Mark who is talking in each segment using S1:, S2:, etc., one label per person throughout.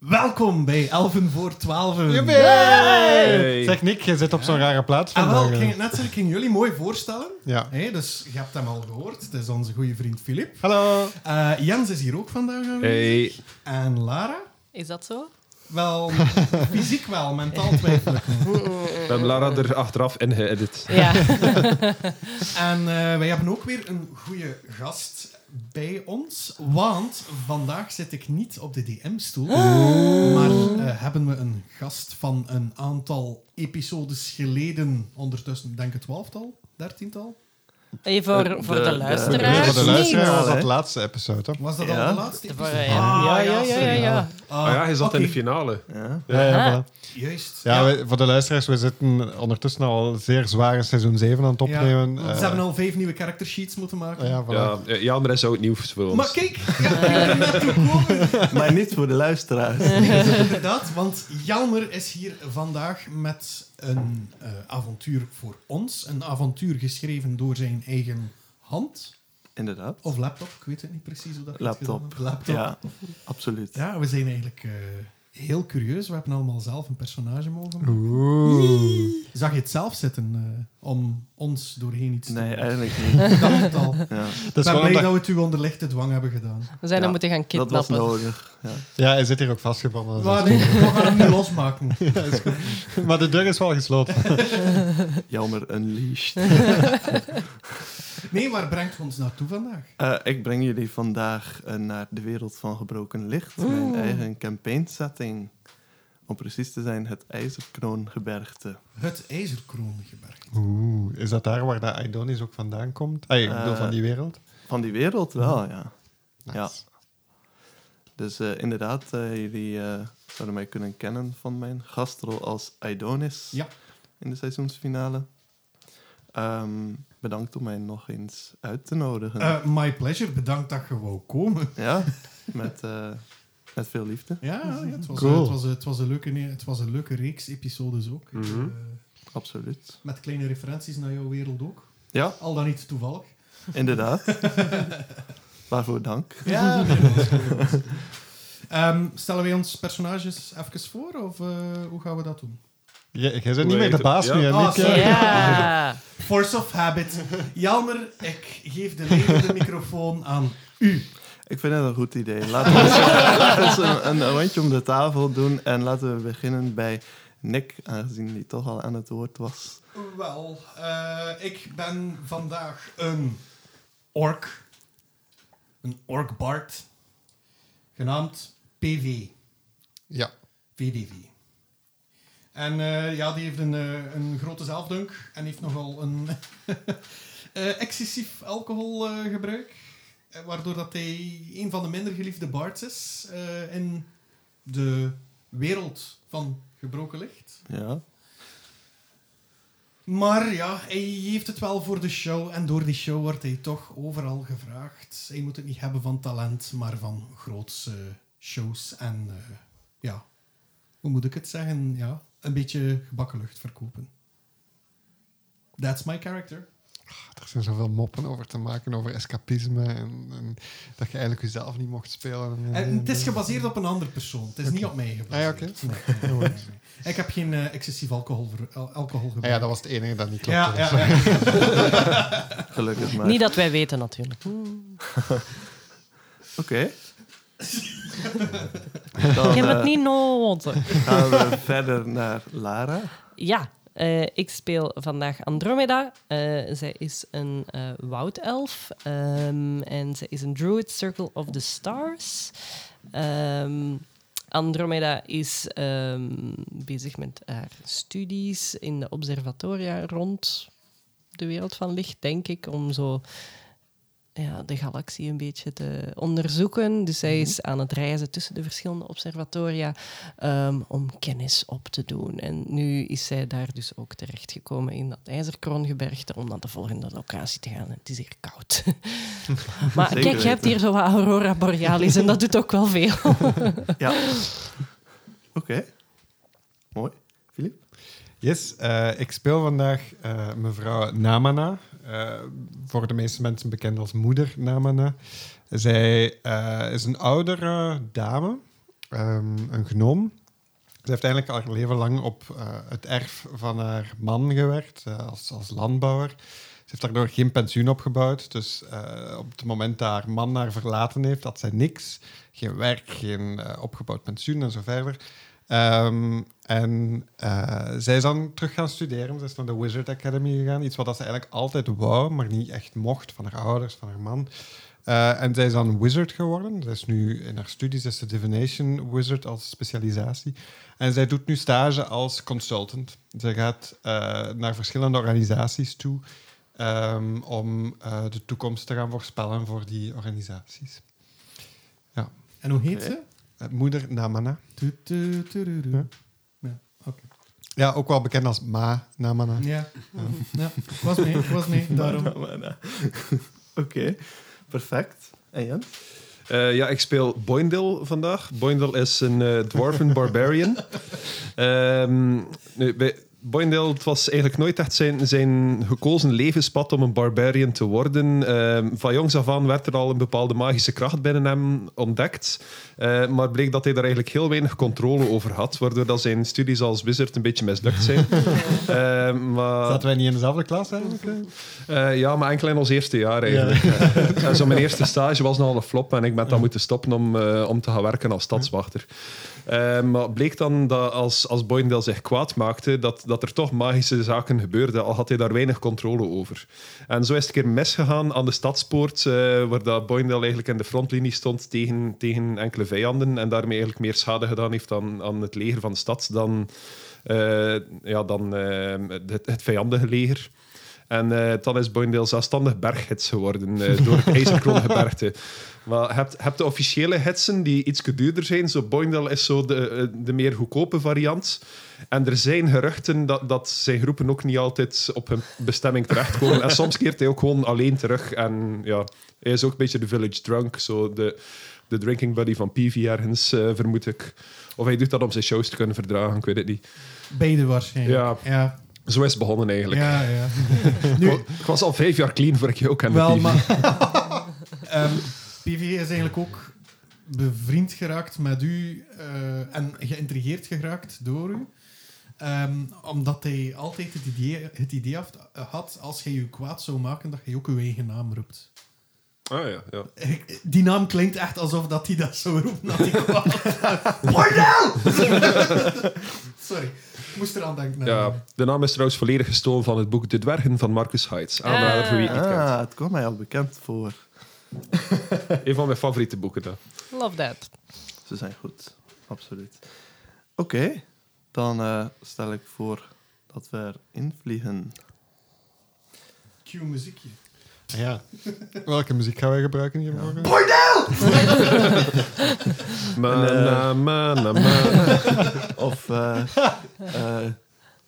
S1: Welkom bij Elven voor 12.
S2: Hey.
S3: Zeg Nick, je zit op zo'n rare plaats
S1: Ah,
S3: vandaag,
S1: wel, ik
S3: hè.
S1: ging het net zeggen, ik ging jullie mooi voorstellen.
S3: Ja.
S1: Hé, dus je hebt hem al gehoord. Het is onze goede vriend Filip.
S3: Hallo.
S1: Eh, Jens is hier ook vandaag aanwezig.
S2: Hey.
S1: En Lara?
S4: Is dat zo?
S1: Wel, fysiek wel, mentaal twijfelen.
S2: We hebben Lara er achteraf in geëdit.
S4: Ja.
S1: En eh, wij hebben ook weer een goede gast bij ons. Want vandaag zit ik niet op de DM-stoel. Maar eh, hebben we een gast van een aantal episodes geleden. Ondertussen, ik denk ik, twaalftal, dertiental.
S4: Hey, voor, voor de,
S5: de-
S4: luisteraars.
S3: Voor de luisteraar
S4: niet.
S3: was dat de laatste episode. hè?
S1: Was dat
S5: Ja.
S1: al de laatste?
S4: Voor,
S1: episode?
S4: eh, ja, ja, ja, ja,
S1: sorry.
S4: ja.
S1: Ah,
S2: Ah ja, hij zat
S1: oké,
S2: in de finale.
S5: Ja.
S3: Ja, ja,
S4: Ah.
S3: voilà.
S1: Juist.
S3: ja,
S1: ja.
S3: wij- voor de luisteraars, we zitten ondertussen al zeer zware seizoen 7 aan het opnemen.
S1: Ze
S3: Eh, ah,
S1: hebben al vijf nieuwe character sheets moeten maken.
S3: ja, voilà.
S2: Ja, eh, ja, maar dat is ook nieuws voor ons.
S1: Maar kijk, ja, ik ben er naartoe komen.
S5: Maar niet voor de luisteraars.
S1: Inderdaad, want Jelmer is hier vandaag met een eh, avontuur voor ons. Een avontuur geschreven door zijn eigen hand.
S5: Inderdaad.
S1: Of laptop, ik weet het niet precies hoe dat je het
S5: Laptop.
S1: gedaan hebt. Laptop. Ja.
S5: Ja, absoluut.
S1: we zijn eigenlijk eh, heel curieus. We hebben allemaal zelf een personage mogen maken.
S3: Oeh.
S1: Zag je het zelf zitten eh, om ons doorheen iets te
S5: Nee,
S1: doen?
S5: eigenlijk niet.
S1: Ik dacht het al. Ik
S5: Ja,
S3: Dat is
S1: ben
S3: gewoon
S1: blij
S3: omdat-
S1: dat we het u onder lichte dwang hebben gedaan.
S4: We zijn hem
S5: Ja,
S4: moeten gaan
S5: dat was
S4: kidnappen.
S5: nodig. Ja.
S3: Ja, hij zit hier ook vastgebonden. dus-
S1: Maar nee, we gaan hem niet losmaken.
S3: Maar de deur is wel gesloten.
S5: Jammer, unleashed.
S1: Nee, waar brengt ons naartoe vandaag?
S5: Eh, ik breng jullie vandaag eh, naar de wereld van Gebroken Licht. Mijn eigen campaignsetting. Om precies te zijn, het IJzerkroongebergte.
S1: Het IJzerkroongebergte.
S3: Oeh, is dat daar waar dat Aidonis ook vandaan komt? Ah, ik bedoel,
S5: Eh,
S3: van die wereld?
S5: Van die wereld wel, ja.
S3: Nice.
S5: Ja. Dus eh, inderdaad, eh, jullie eh, zouden mij kunnen kennen van mijn gastrol als Aidonis
S1: Ja.
S5: in de seizoensfinale. Ehm, bedankt om mij nog eens uit te nodigen.
S1: Eh, my pleasure, bedankt dat je wou komen.
S5: Ja, met, eh, met veel liefde,
S1: Ja, ja, het, was, eh,
S3: Cool.
S1: het, was, het, was een leuke, het was een leuke reeks episodes ook.
S2: Mhm.
S1: Eh,
S5: absoluut.
S1: met kleine referenties naar jouw wereld ook.
S5: Ja,
S1: Al dan niet toevallig.
S5: inderdaad. Waarvoor dank.
S1: Ja, nee, dat was goed, dat was goed. Ehm, stellen wij ons personages even voor, of eh, hoe gaan we dat doen?
S3: Jij jij bent
S2: Hoe
S3: niet meer de
S2: heet
S3: baas
S2: het?
S3: nu,
S2: Ja.
S3: hè,
S1: Ah,
S3: Nick?
S1: sorry.
S4: Ja.
S1: Force of Habit. Jammer, ik geef de levende microfoon aan u.
S5: Ik vind het een goed idee. Laten we eens, eh, laten we eens een, een rondje om de tafel doen en laten we beginnen bij Nick, aangezien die toch al aan het woord was.
S1: Wel, eh, ik ben vandaag een ork. Een orkbard. Genaamd PV.
S3: Ja.
S1: VDV. En eh, ja, die heeft een, eh, een grote zelfdunk en heeft nogal een eh, excessief alcoholgebruik. eh, waardoor dat hij een van de minder geliefde bards is eh, in de wereld van gebroken licht.
S5: Ja,
S1: Maar ja, hij heeft het wel voor de show en door die show wordt hij toch overal gevraagd. Hij moet het niet hebben van talent, maar van grootse shows en eh, ja, hoe moet ik het zeggen? Ja, een beetje gebakken lucht verkopen. That's my character.
S3: Er zijn zoveel moppen over te maken, over escapisme en, en dat je eigenlijk jezelf niet mocht spelen.
S1: En Eh, het is gebaseerd op een andere persoon. Het is niet op mij gebaseerd.
S3: Eh, Ah, ja,
S1: Nee, nee, nee, nee. Ik heb geen eh, excessief alcohol, alcohol
S3: Ah ja, dat was het enige dat niet klopte.
S1: ja,
S3: dus.
S1: ja, ja.
S5: gelukkig maar.
S4: Niet dat wij weten, natuurlijk.
S5: Oké. Dan,
S4: Ik heb
S5: eh,
S4: het niet nodig.
S5: gaan we verder naar Lara.
S4: Ja, eh, ik speel vandaag Andromeda. Eh, zij is een eh, woudelf ehm, en zij is een druid Circle of the Stars. Ehm, Andromeda is ehm, bezig met haar studies in de observatoria rond de wereld van licht, denk ik, om zo ja, de galaxie een beetje te onderzoeken. Dus zij is
S5: Mhm.
S4: aan het reizen tussen de verschillende observatoria ehm, om kennis op te doen. En nu is zij daar dus ook terechtgekomen in dat ijzerkroongebergte om naar de volgende locatie te gaan. Het is hier koud. maar
S5: Zeker
S4: kijk, je hebt
S5: weten.
S4: hier zo wat aurora borealis en dat doet ook wel veel.
S5: Ja. Oké. Mooi. Filip?
S3: Yes, eh, ik speel vandaag eh, mevrouw Namana. eh, voor de meeste mensen bekend als moeder Namana. Zij eh, is een oudere dame. ehm, een gnoom. Ze heeft eigenlijk haar leven lang op eh, het erf van haar man gewerkt, eh, als, als landbouwer. Ze heeft daardoor geen pensioen opgebouwd. Dus eh, op het moment dat haar man haar verlaten heeft, had zij niks. Geen werk, geen eh, opgebouwd pensioen en zo verder. Ehm, en eh, zij is dan terug gaan studeren. Ze is naar de Wizard Academy gegaan. Iets wat ze eigenlijk altijd wou, maar niet echt mocht van haar ouders, van haar man. Eh, en zij is dan wizard geworden. Zij is nu in haar studies is ze divination wizard als specialisatie. En zij doet nu stage als consultant. Zij gaat eh, naar verschillende organisaties toe ehm, om eh, de toekomst te gaan voorspellen voor die organisaties.
S1: En hoe heet
S5: Oké.
S1: ze?
S3: Eh, moeder Namana.
S1: Tu, tu, tu, tu, tu.
S3: Ja. Ja, ook wel bekend als Ma Namana.
S1: Ja. ja. Was mee, was mee. Daarom.
S5: Maar, maar, eh, Oké, perfect. En Jan?
S2: Eh, ja, ik speel Boindel vandaag. Boindel is een eh dwarven barbarian. Ehm nu, bij Boindel, het was eigenlijk nooit echt zijn, zijn gekozen levenspad om een barbarian te worden. Ehm, van jongs af aan werd er al een bepaalde magische kracht binnen hem ontdekt. Eh, maar bleek dat hij daar eigenlijk heel weinig controle over had. Waardoor dat zijn studies als wizard een beetje mislukt zijn. Ehm, maar...
S3: Zaten wij niet in dezelfde klas eigenlijk?
S2: Eh, ja, maar enkel in ons eerste jaar eigenlijk. Eh, zo mijn eerste stage was nogal een flop en ik ben dan moeten stoppen om, eh, om te gaan werken als stadswachter. Eh, maar bleek dan dat als, als Boindel zich kwaad maakte, dat, dat er toch magische zaken gebeurden, al had hij daar weinig controle over. En zo is het een keer misgegaan aan de stadspoort, eh, waar dat Boindel eigenlijk in de frontlinie stond tegen, tegen enkele vijanden en daarmee eigenlijk meer schade gedaan heeft aan, aan het leger van de stad dan, eh, ja, dan eh, het, het vijandige leger. En eh dan is Boindel zelfstandig berggids geworden eh, door het IJzerkroongebergte. Maar je hebt, je hebt de officiële gidsen die iets duurder zijn. Zo Boindel is zo de, eh, de meer goedkope variant. En er zijn geruchten dat, dat zijn groepen ook niet altijd op hun bestemming terechtkomen. en soms keert hij ook gewoon alleen terug. En ja, hij is ook een beetje de village drunk. Zo de, de drinking buddy van Peavy ergens, eh, vermoed ik. Of hij doet dat om zijn shows te kunnen verdragen, ik weet het niet.
S1: Beide waarschijnlijk. Ja. Ja,
S2: Zo is het begonnen eigenlijk.
S1: ja. Nu,
S2: Ik was al vijf jaar clean voor ik je ook kende,
S1: wel,
S2: Peavy.
S1: maar... Ehm, PV is eigenlijk ook bevriend geraakt met u eh, en geïntrigeerd geraakt door u. Ehm, omdat hij altijd het idee, het idee had- had, als hij u kwaad zou maken, dat hij ook uw eigen naam roept.
S2: Ah ja, ja.
S1: Ik- Die naam klinkt echt alsof dat hij dat zou roepen dat hij kwaad was. Bordel! Sorry, ik moest eraan denken.
S5: Eh.
S2: ja. De naam is trouwens volledig gestolen van het boek De Dwergen van Marcus Heids. Aanrader voor wie het niet kent.
S5: Ah, het kwam mij al bekend voor.
S2: Een van mijn favoriete boeken. Dat.
S4: Love that.
S5: Ze zijn goed, absoluut. Oké, dan eh, stel ik voor dat we erin vliegen.
S1: Cue muziekje.
S3: Ja. Welke muziek gaan wij gebruiken hiervoor?
S2: Ma,
S5: En, eh,
S2: na, ma, na, ma.
S5: Of eh, eh,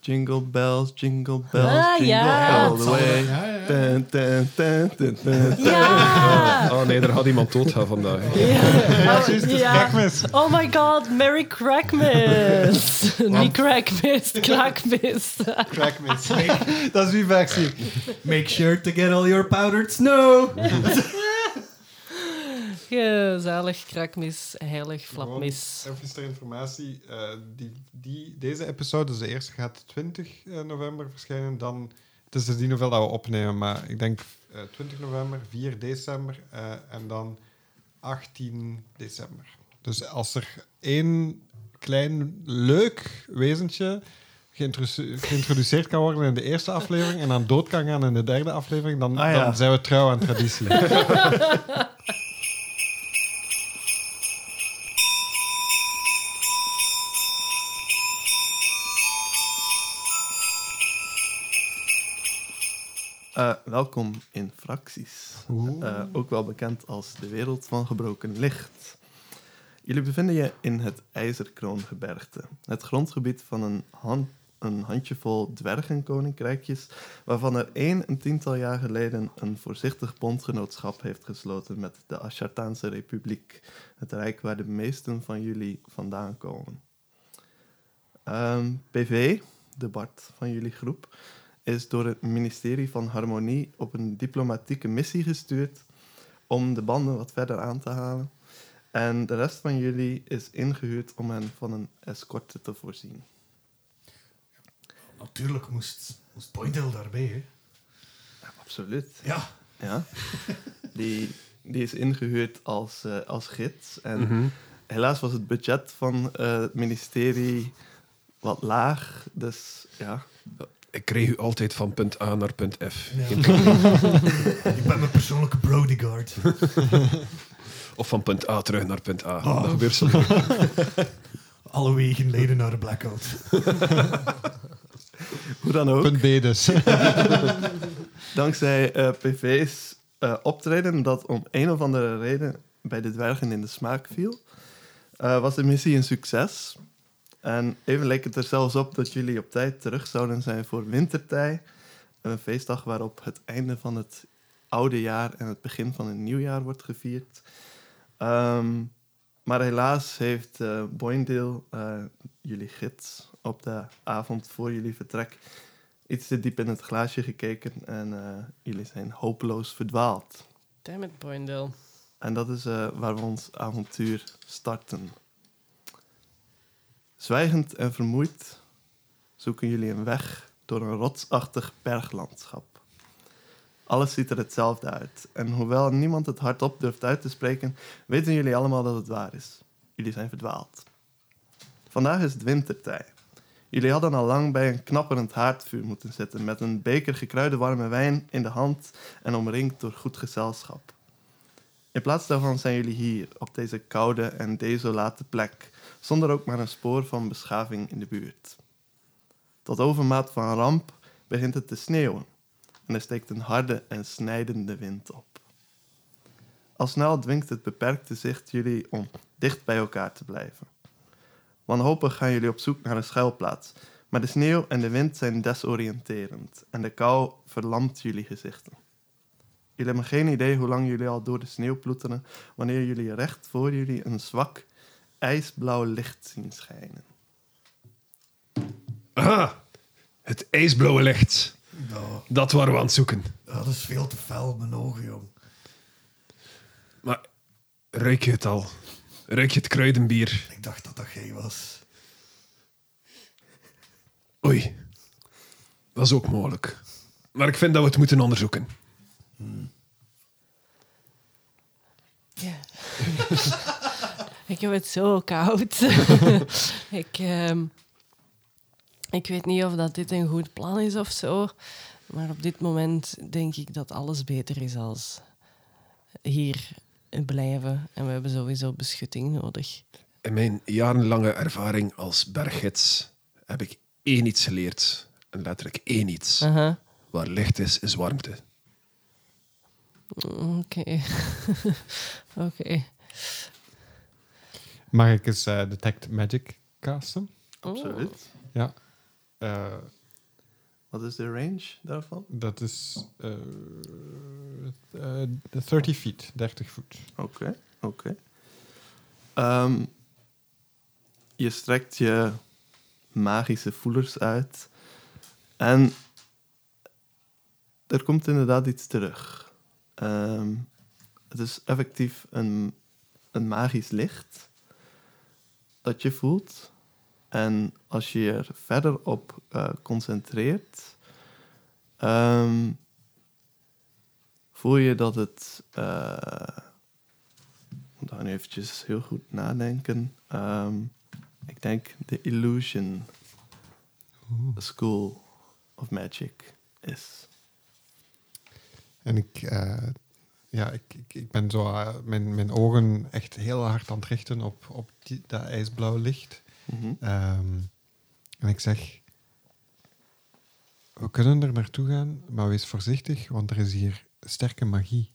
S5: Jingle Bells, Jingle Bells,
S4: Ah,
S5: Jingle
S4: ja.
S5: All the Way.
S1: Ja, ja.
S5: Dun, dun, dun, dun, dun.
S4: Ja!
S2: Oh nee, er had iemand doodgaan vandaag.
S4: Ja,
S3: Kijk mis.
S4: Oh my god, Merry Crackmas! Niet
S1: Want-
S4: Crackmas, Crackmas.
S3: Kijk mis. Dat is wie vaccine.
S1: Make sure to get all your powdered snow.
S4: Gezellig, Crackmas, heilig, flapmis.
S3: Even ter informatie, eh, die, die, deze episode, dus de eerste gaat 20 eh, november verschijnen. Dan, het is dus niet hoeveel dat we opnemen, maar ik denk eh, 20 november, 4 december eh, en dan 18 december. Dus als er één klein leuk wezentje geïntroduce- geïntroduceerd kan worden in de eerste aflevering en dan dood kan gaan in de derde aflevering, dan,
S5: Ah, ja.
S3: dan zijn we trouw aan traditie.
S5: Eh, welkom in Fracties. Eh, ook wel bekend als de wereld van gebroken licht. Jullie bevinden je in het IJzerkroongebergte. Het grondgebied van een, han- een handjevol dwergenkoninkrijkjes... waarvan er één een tiental jaar geleden een voorzichtig bondgenootschap heeft gesloten... met de Ashartaanse Republiek. Het rijk waar de meesten van jullie vandaan komen. Ehm, PV, de Bart van jullie groep is door het ministerie van Harmonie op een diplomatieke missie gestuurd om de banden wat verder aan te halen. En de rest van jullie is ingehuurd om hen van een escorte te voorzien.
S1: Natuurlijk moest, moest Boydel daarbij, hè.
S5: Absoluut.
S1: Ja.
S5: Ja. die, die is ingehuurd als, eh, als gids. En
S2: Mhm.
S5: helaas was het budget van eh, het ministerie wat laag. Dus ja,
S2: Ik kreeg u altijd van punt A naar punt F.
S1: Ja.
S2: Geen probleem.
S1: Ik ben mijn persoonlijke bodyguard.
S2: Of van punt A terug naar punt A.
S5: Ah.
S1: Oh.
S2: Dat gebeurt soms.
S1: Alle wegen leiden naar de blackout.
S5: hoe dan ook.
S3: Punt B dus.
S5: Dankzij eh, PV's eh, optreden dat om een of andere reden bij de dwergen in de smaak viel, eh, was de missie een succes. En even leek het er zelfs op dat jullie op tijd terug zouden zijn voor wintertij. Een feestdag waarop het einde van het oude jaar en het begin van het nieuwjaar wordt gevierd. Ehm, maar helaas heeft eh Boindeel, eh, jullie gids, op de avond voor jullie vertrek iets te diep in het glaasje gekeken en eh, jullie zijn hopeloos verdwaald.
S4: Damn it, Boindel.
S5: En dat is eh, waar we ons avontuur starten. Zwijgend en vermoeid zoeken jullie een weg door een rotsachtig berglandschap. Alles ziet er hetzelfde uit. En hoewel niemand het hardop durft uit te spreken, weten jullie allemaal dat het waar is. Jullie zijn verdwaald. Vandaag is het wintertij. Jullie hadden al lang bij een knapperend haardvuur moeten zitten met een beker gekruide warme wijn in de hand en omringd door goed gezelschap. In plaats daarvan zijn jullie hier, op deze koude en desolate plek, zonder ook maar een spoor van beschaving in de buurt. Tot overmaat van ramp begint het te sneeuwen en er steekt een harde en snijdende wind op. Al snel dwingt het beperkte zicht jullie om dicht bij elkaar te blijven. Wanhopig gaan jullie op zoek naar een schuilplaats, maar de sneeuw en de wind zijn desoriënterend en de kou verlamt jullie gezichten. Jullie hebben geen idee hoe lang jullie al door de sneeuw ploeteren wanneer jullie recht voor jullie een zwak ijsblauw licht zien schijnen.
S2: Aha, Ah, het ijsblauwe licht.
S1: Nou,
S2: Dat waren we aan het zoeken.
S1: dat is veel te fel, mijn ogen, jong.
S2: Maar ruik je het al? Ruik je het kruidenbier?
S1: Ik dacht dat dat jij was.
S2: Oei, dat is ook mogelijk. Maar ik vind dat we het moeten onderzoeken.
S4: Ja. ik heb het zo koud. ik, ehm, ik weet niet of dat dit een goed plan is of zo. Maar op dit moment denk ik dat alles beter is als hier blijven. En we hebben sowieso beschutting nodig.
S2: In mijn jarenlange ervaring als berggids heb ik één iets geleerd. En letterlijk één iets.
S4: Aha.
S2: Waar licht is, is warmte.
S4: Oké. Oké.
S3: Mag ik eens eh, Detect Magic casten?
S4: Oh.
S5: Absoluut.
S3: Ja. Eh,
S5: Wat is de range daarvan?
S3: dat is eh, eh, 30 feet, 30 voet.
S5: Oké, oké. Ehm, je strekt je magische voelers uit en er komt inderdaad iets terug. Ehm, het is effectief een, een magisch licht dat je voelt. En als je je er verder op eh, concentreert, ehm, voel je dat het eh, moet dan eventjes heel goed nadenken. Ehm, ik denk de Illusion School of Magic is.
S3: En ik, eh, ja, ik, ik, ik ben zo, eh, mijn, mijn ogen echt heel hard aan het richten op, op die, dat ijsblauw licht.
S5: Mhm.
S3: Ehm, en ik zeg, we kunnen er naartoe gaan, maar wees voorzichtig, want er is hier sterke magie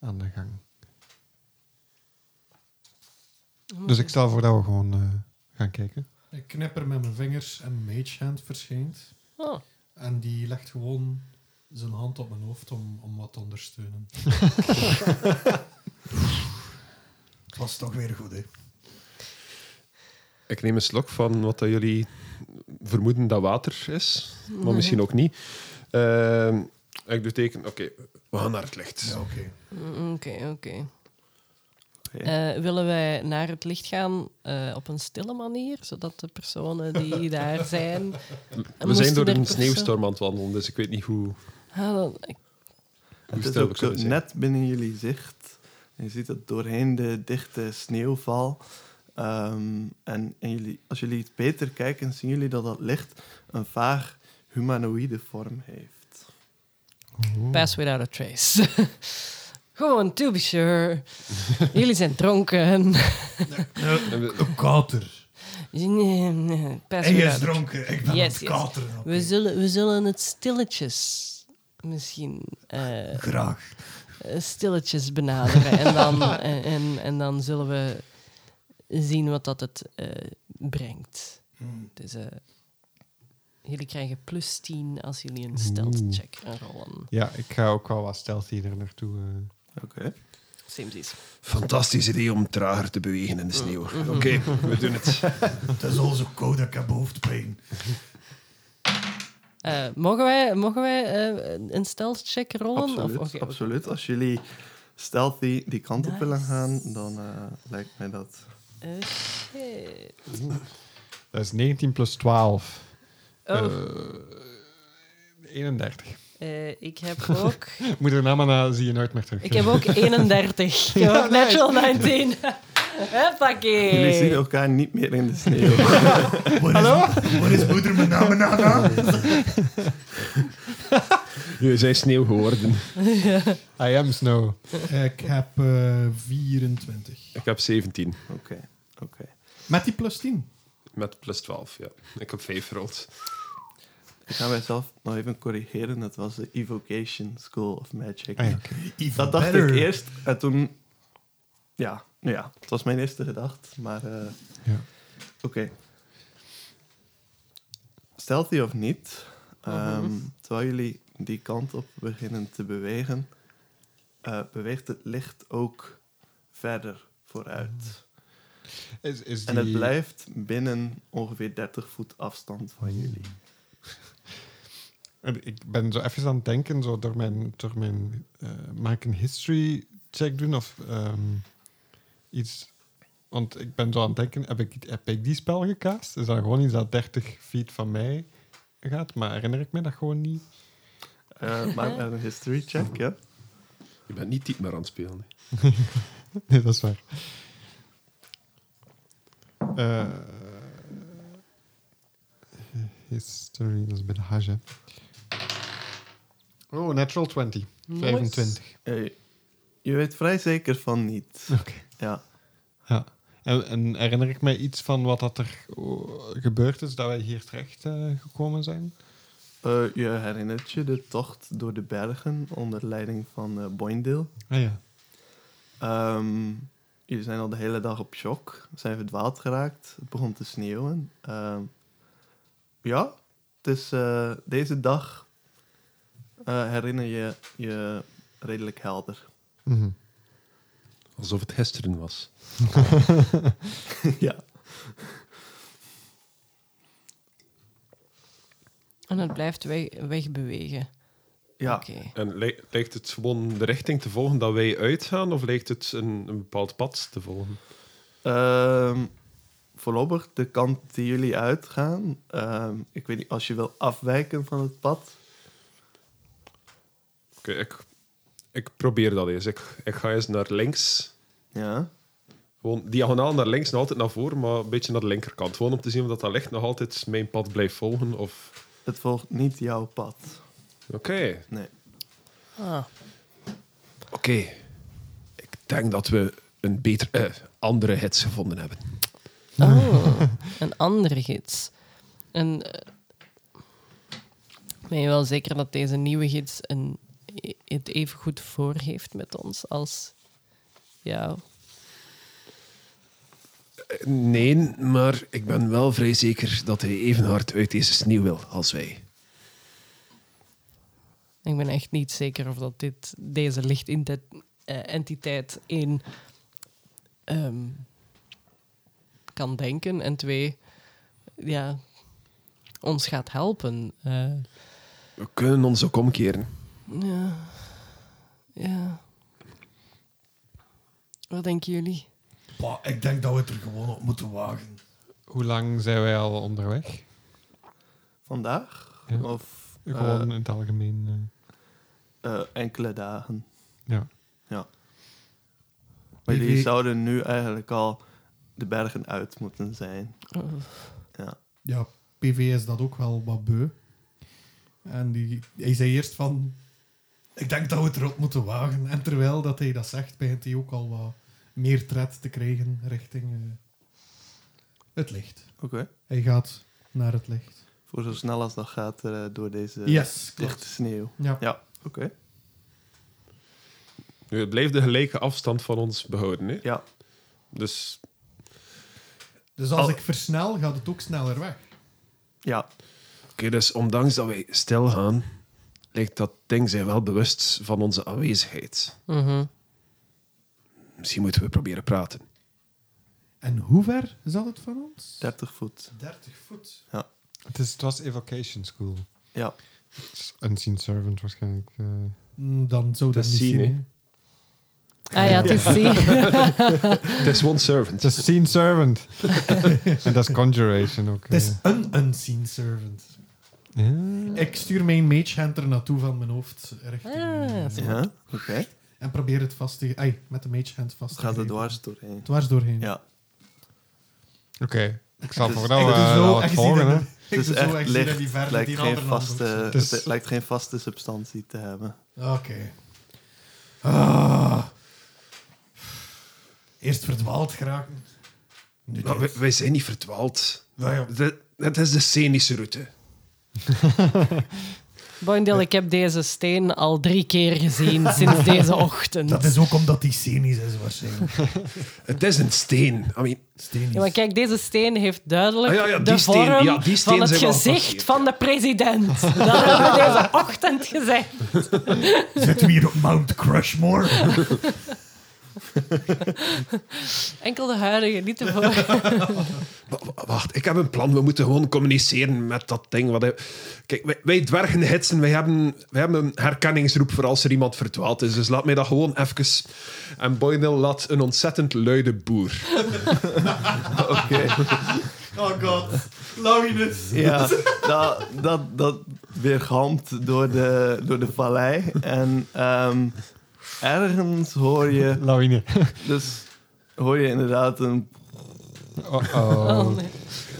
S3: aan de gang. Dus ik stel voor dat we gewoon eh, gaan kijken.
S1: Ik knipper met mijn vingers en Mage Hand verschijnt.
S4: Oh,
S1: En die legt gewoon zijn hand op mijn hoofd om, om wat te ondersteunen. Het was toch weer goed, hè?
S2: Ik neem een slok van wat dat jullie vermoeden dat water is, maar misschien ook niet. Ehm, ik doe teken, oké, we gaan naar het licht.
S1: Ja, oké.
S4: mm, oké, oké.
S5: Oké.
S4: Eh, willen wij naar het licht gaan eh, op een stille manier, zodat de personen die daar zijn.
S2: We zijn door
S4: er
S2: een
S4: perso-
S2: sneeuwstorm aan het wandelen, dus ik weet niet hoe...
S4: Ah, dan- ik-
S2: Hoe
S5: Het is
S2: stil we
S5: ook zo
S2: kunnen zijn.
S5: net binnen jullie zicht. En je ziet het doorheen de dichte sneeuwval. Ehm, en en jullie, als jullie het beter kijken, zien jullie dat dat licht een vaag humanoïde vorm heeft.
S4: pass without a trace. Gewoon, to be sure. Jullie zijn dronken.
S2: En we-
S1: Kater.
S4: Nee, nee, Pass
S1: Hij is
S4: without a
S1: dronken. Ik ben
S4: Yes,
S1: aan
S4: yes.
S1: het kateren.
S4: We zullen, we zullen het stilletjes misschien eh, eh,
S1: Graag.
S4: stilletjes benaderen. en, dan, en, en, en dan zullen we zien wat dat het eh, brengt.
S1: Hmm.
S4: Dus eh, jullie krijgen plus 10 als jullie een stealth
S3: Oeh.
S4: check gaan rollen.
S3: Ja, ik ga ook wel wat stealthy er naartoe. eh.
S5: Oké.
S4: Simsies.
S2: Fantastisch idee om trager te bewegen in de sneeuw.
S5: Mm.
S2: Oké, we doen het.
S1: Het is al zo koud dat ik heb hoofdpijn.
S4: Eh, mogen wij, mogen wij eh, een stealth check rollen?
S5: Absoluut,
S4: of, oké, oké.
S5: absoluut. Als jullie stealthy die kant op
S4: Nice.
S5: willen gaan, dan eh, lijkt mij dat...
S4: Eh, shit.
S3: Dat is 19 plus Eh, 12.
S4: Oh,
S3: Eh, 31.
S4: eh, ik heb ook...
S3: Moet er namen na, zie je nooit meer terug.
S4: Ik heb ook 31. Ik heb ook natural 19. Huppakee.
S5: Jullie zien elkaar niet meer in de sneeuw.
S1: Waar Hallo? Is, waar is moeder mijn naam en Anna?
S2: Jullie zijn sneeuw geworden.
S3: I am snow.
S1: Ik heb eh, 24.
S2: Ik heb 17
S5: Oké, oké.
S1: Met die plus 10.
S2: met plus 12, ja. Ik heb 5 gerold.
S5: Ik ga mijzelf nog even corrigeren. Dat was de Evocation School of Magic.
S3: Ah ja.
S1: Even
S5: Dat dacht
S1: better.
S5: ik eerst. En toen... Ja, nou ja. Het was mijn eerste gedachte. Maar... eh,
S3: Ja.
S5: Oké. Stealthy of niet. ehm, Terwijl jullie die kant op beginnen te bewegen... eh, beweegt het licht ook verder vooruit.
S3: Is, is
S5: En het
S3: die-
S5: blijft binnen ongeveer 30 voet afstand van jullie.
S3: En Ik ben zo even aan het denken, zo door mijn, door mijn eh, mag ik een history check doen of ehm, iets. Want ik ben zo aan het denken, heb ik, heb ik die spel gecast? Is dat gewoon iets dat 30 feet van mij gaat? Maar herinner ik me dat gewoon niet?
S5: Eh maak maar een history check, ja.
S2: Je bent niet diep meer aan het spelen. hè.
S3: Nee, dat is waar. Eh, history, dat is bij de hajj, hè. Oh, natural 20. 25.
S5: Eh, je weet vrij zeker van niet.
S3: Oké.
S5: Ja.
S3: Ja. En, en herinner ik mij iets van wat dat er oh, gebeurd is dat wij hier terecht eh, gekomen zijn?
S5: Eh, je herinnert je de tocht door de bergen onder leiding van eh Boindil.
S3: Ah ja.
S5: Ehm, jullie zijn al de hele dag op shock. Zijn verdwaald geraakt. Het begon te sneeuwen. Ehm, ja, het is eh, deze dag eh, herinner je je redelijk helder.
S3: Mhm.
S2: Alsof het gisteren was.
S5: ja.
S4: En het blijft weg, wegbewegen.
S5: Ja,
S4: Oké.
S2: En lij- lijkt het gewoon de richting te volgen dat wij uitgaan, of lijkt het een, een bepaald pad te volgen?
S5: Ehm, voorlopig de kant die jullie uitgaan. Ehm, ik weet niet, als je wil afwijken van het pad.
S2: Oké, ik, ik probeer dat eens. Ik, ik ga eens naar links.
S5: Ja.
S2: Gewoon diagonaal naar links, nog altijd naar voren, maar een beetje naar de linkerkant. Gewoon om te zien of dat, dat licht nog altijd mijn pad blijft volgen. Of...
S5: Het volgt niet jouw pad.
S2: Oké.
S5: Nee.
S4: Ah,
S2: Oké. Ik denk dat we een beter, eh, andere hits gevonden hebben.
S4: Oh, een andere gids. En, eh, ben je wel zeker dat deze nieuwe gids een, e- het even goed voor heeft met ons als jou?
S2: Nee, maar ik ben wel vrij zeker dat hij even hard uit deze sneeuw wil als wij.
S4: Ik ben echt niet zeker of dat dit, deze lichtentiteit eh, één ehm, kan denken en twee ja, ons gaat helpen. Eh,
S2: We kunnen ons ook omkeren.
S4: ja. ja. Wat denken jullie?
S1: Bah, ik denk dat we het er gewoon op moeten wagen.
S3: Hoe lang zijn wij al onderweg?
S5: Vandaag?
S3: Ja.
S5: Of eh,
S3: Gewoon in het algemeen. eh.
S5: eh, enkele dagen.
S3: ja.
S5: Maar
S1: Wie-
S5: die
S1: wie-
S5: zouden nu eigenlijk al de bergen uit moeten zijn.
S1: Ja, PV is dat ook wel wat beu. En die, hij zei eerst van... Ik denk dat we het erop moeten wagen. En terwijl dat hij dat zegt, begint hij ook al wat meer tred te krijgen richting eh, het licht.
S5: Oké.
S1: Hij gaat naar het licht.
S5: Voor zo snel als dat gaat eh, door deze
S1: yes,
S5: dichte
S1: klopt.
S5: sneeuw.
S1: Ja.
S5: Ja, oké.
S2: Nu, het blijft de gelijke afstand van ons behouden. Hè?
S5: Ja,
S2: Dus
S1: Dus als
S2: Al-
S1: ik versnel, gaat het ook sneller weg.
S5: ja.
S2: Oké, dus ondanks dat wij stilgaan, lijkt dat ding zich wel bewust van onze aanwezigheid.
S4: Mhm.
S2: Misschien moeten we proberen praten.
S1: En hoe ver zat het van ons?
S5: 30 voet.
S1: 30 voet.
S3: Het, is, het was Evocation School.
S5: Ja,
S3: Het is Unseen Servant waarschijnlijk. eh.
S1: Mm, Dan zou
S2: Dat
S1: dat
S2: is
S1: niet
S2: zien,
S1: zien.
S2: hè?
S1: hè.
S4: Ah ja, het is zie.
S2: Het is one servant.
S3: Het is Seen Servant. en dat is Conjuration ook.
S1: Het is
S3: eh.
S1: een unseen servant.
S3: Ja.
S1: Ik stuur mijn magehand er naartoe van mijn hoofd richting...
S4: Ah,
S1: eh,
S5: ja. oké.
S1: En probeer het vast te... Ai, met de magehand vast te
S5: Gaat er
S1: grijpen.
S5: dwars doorheen.
S1: Dwars doorheen.
S5: Ja,
S3: Oké, ik zal
S5: Dus
S3: voor
S5: ik
S3: nou
S1: doe
S3: eh,
S1: zo,
S3: nou
S1: ik
S3: het
S1: zie
S3: volgen.
S1: dat
S3: hè.
S5: het is
S1: doe
S5: echt
S1: zo, ik zie
S5: licht.
S1: dat die verder
S5: het lijkt
S1: die
S5: geen,
S1: andere hand
S5: vaste,
S1: doet.
S5: het
S3: Dus-
S5: lijkt geen vaste substantie te hebben.
S1: Oké. Ah. Eerst verdwaald geraken. Nu
S2: Maar wij,
S1: dit.
S2: wij zijn niet verdwaald.
S1: Nou ja.
S2: De- Het is de scenische route.
S4: Boindel, ik heb deze steen al drie keer gezien sinds deze ochtend.
S1: Dat is ook omdat die scenisch is waarschijnlijk.
S2: Het is een steen. I mean,
S1: Stenisch.
S4: Ja, maar kijk, deze steen heeft duidelijk
S2: Ah, ja, ja, die
S4: de
S2: steen-
S4: vorm
S2: ja, die steen
S4: van het
S2: zijn wel
S4: gezicht
S2: gepasseerd,
S4: van de president. Dat hebben we deze ochtend gezegd.
S1: Zitten we hier op Mount Crushmore?
S4: Enkel de huidige, niet
S2: Oh.
S4: de vorige.
S2: wa- wa- wacht, ik heb een plan. We moeten gewoon communiceren met dat ding. Wat hij- Kijk, wij, wij dwergen hitsen. Wij hebben, wij hebben een herkenningsroep voor als er iemand verdwaald is. Dus laat mij dat gewoon even... En Boydel laat een ontzettend luide boer.
S1: Oh god. Lovinus.
S5: Ja, dat, dat, dat weergalmt door de, door de vallei. En ehm, ergens hoor je,
S3: Lawine.
S5: dus hoor je inderdaad een.
S3: Oh,
S4: Oh,
S3: oh.
S4: nee.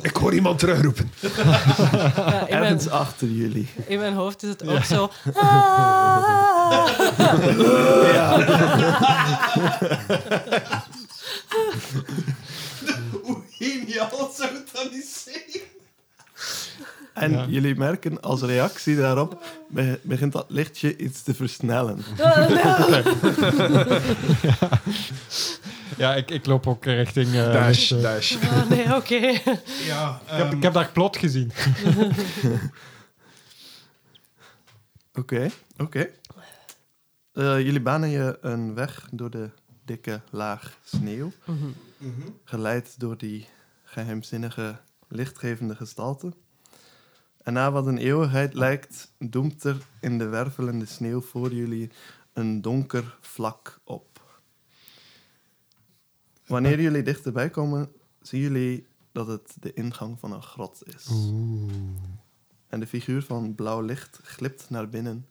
S2: Ik hoor iemand terugroepen.
S4: Ja, in, mijn,
S5: Ergens achter jullie.
S4: in mijn hoofd is het ook zo. Ah.
S1: Hoe geniaal zou dat niet zijn?
S5: En
S3: Ja.
S5: jullie merken als reactie daarop be- begint dat lichtje iets te versnellen.
S3: Ja, ik, ik loop ook richting. eh,
S2: Dash,
S3: dus, eh,
S2: dash.
S4: Oh, nee, oké.
S1: Ja, eh,
S3: ik, heb, ik heb daar plot gezien.
S5: Oké, oké. Eh, jullie banen je een weg door de dikke laag sneeuw, geleid door die geheimzinnige lichtgevende gestalte. En na wat een eeuwigheid lijkt, doemt er in de wervelende sneeuw voor jullie een donker vlak op. Wanneer jullie dichterbij komen, zien jullie dat het de ingang van een grot is. En de figuur van blauw licht glipt naar binnen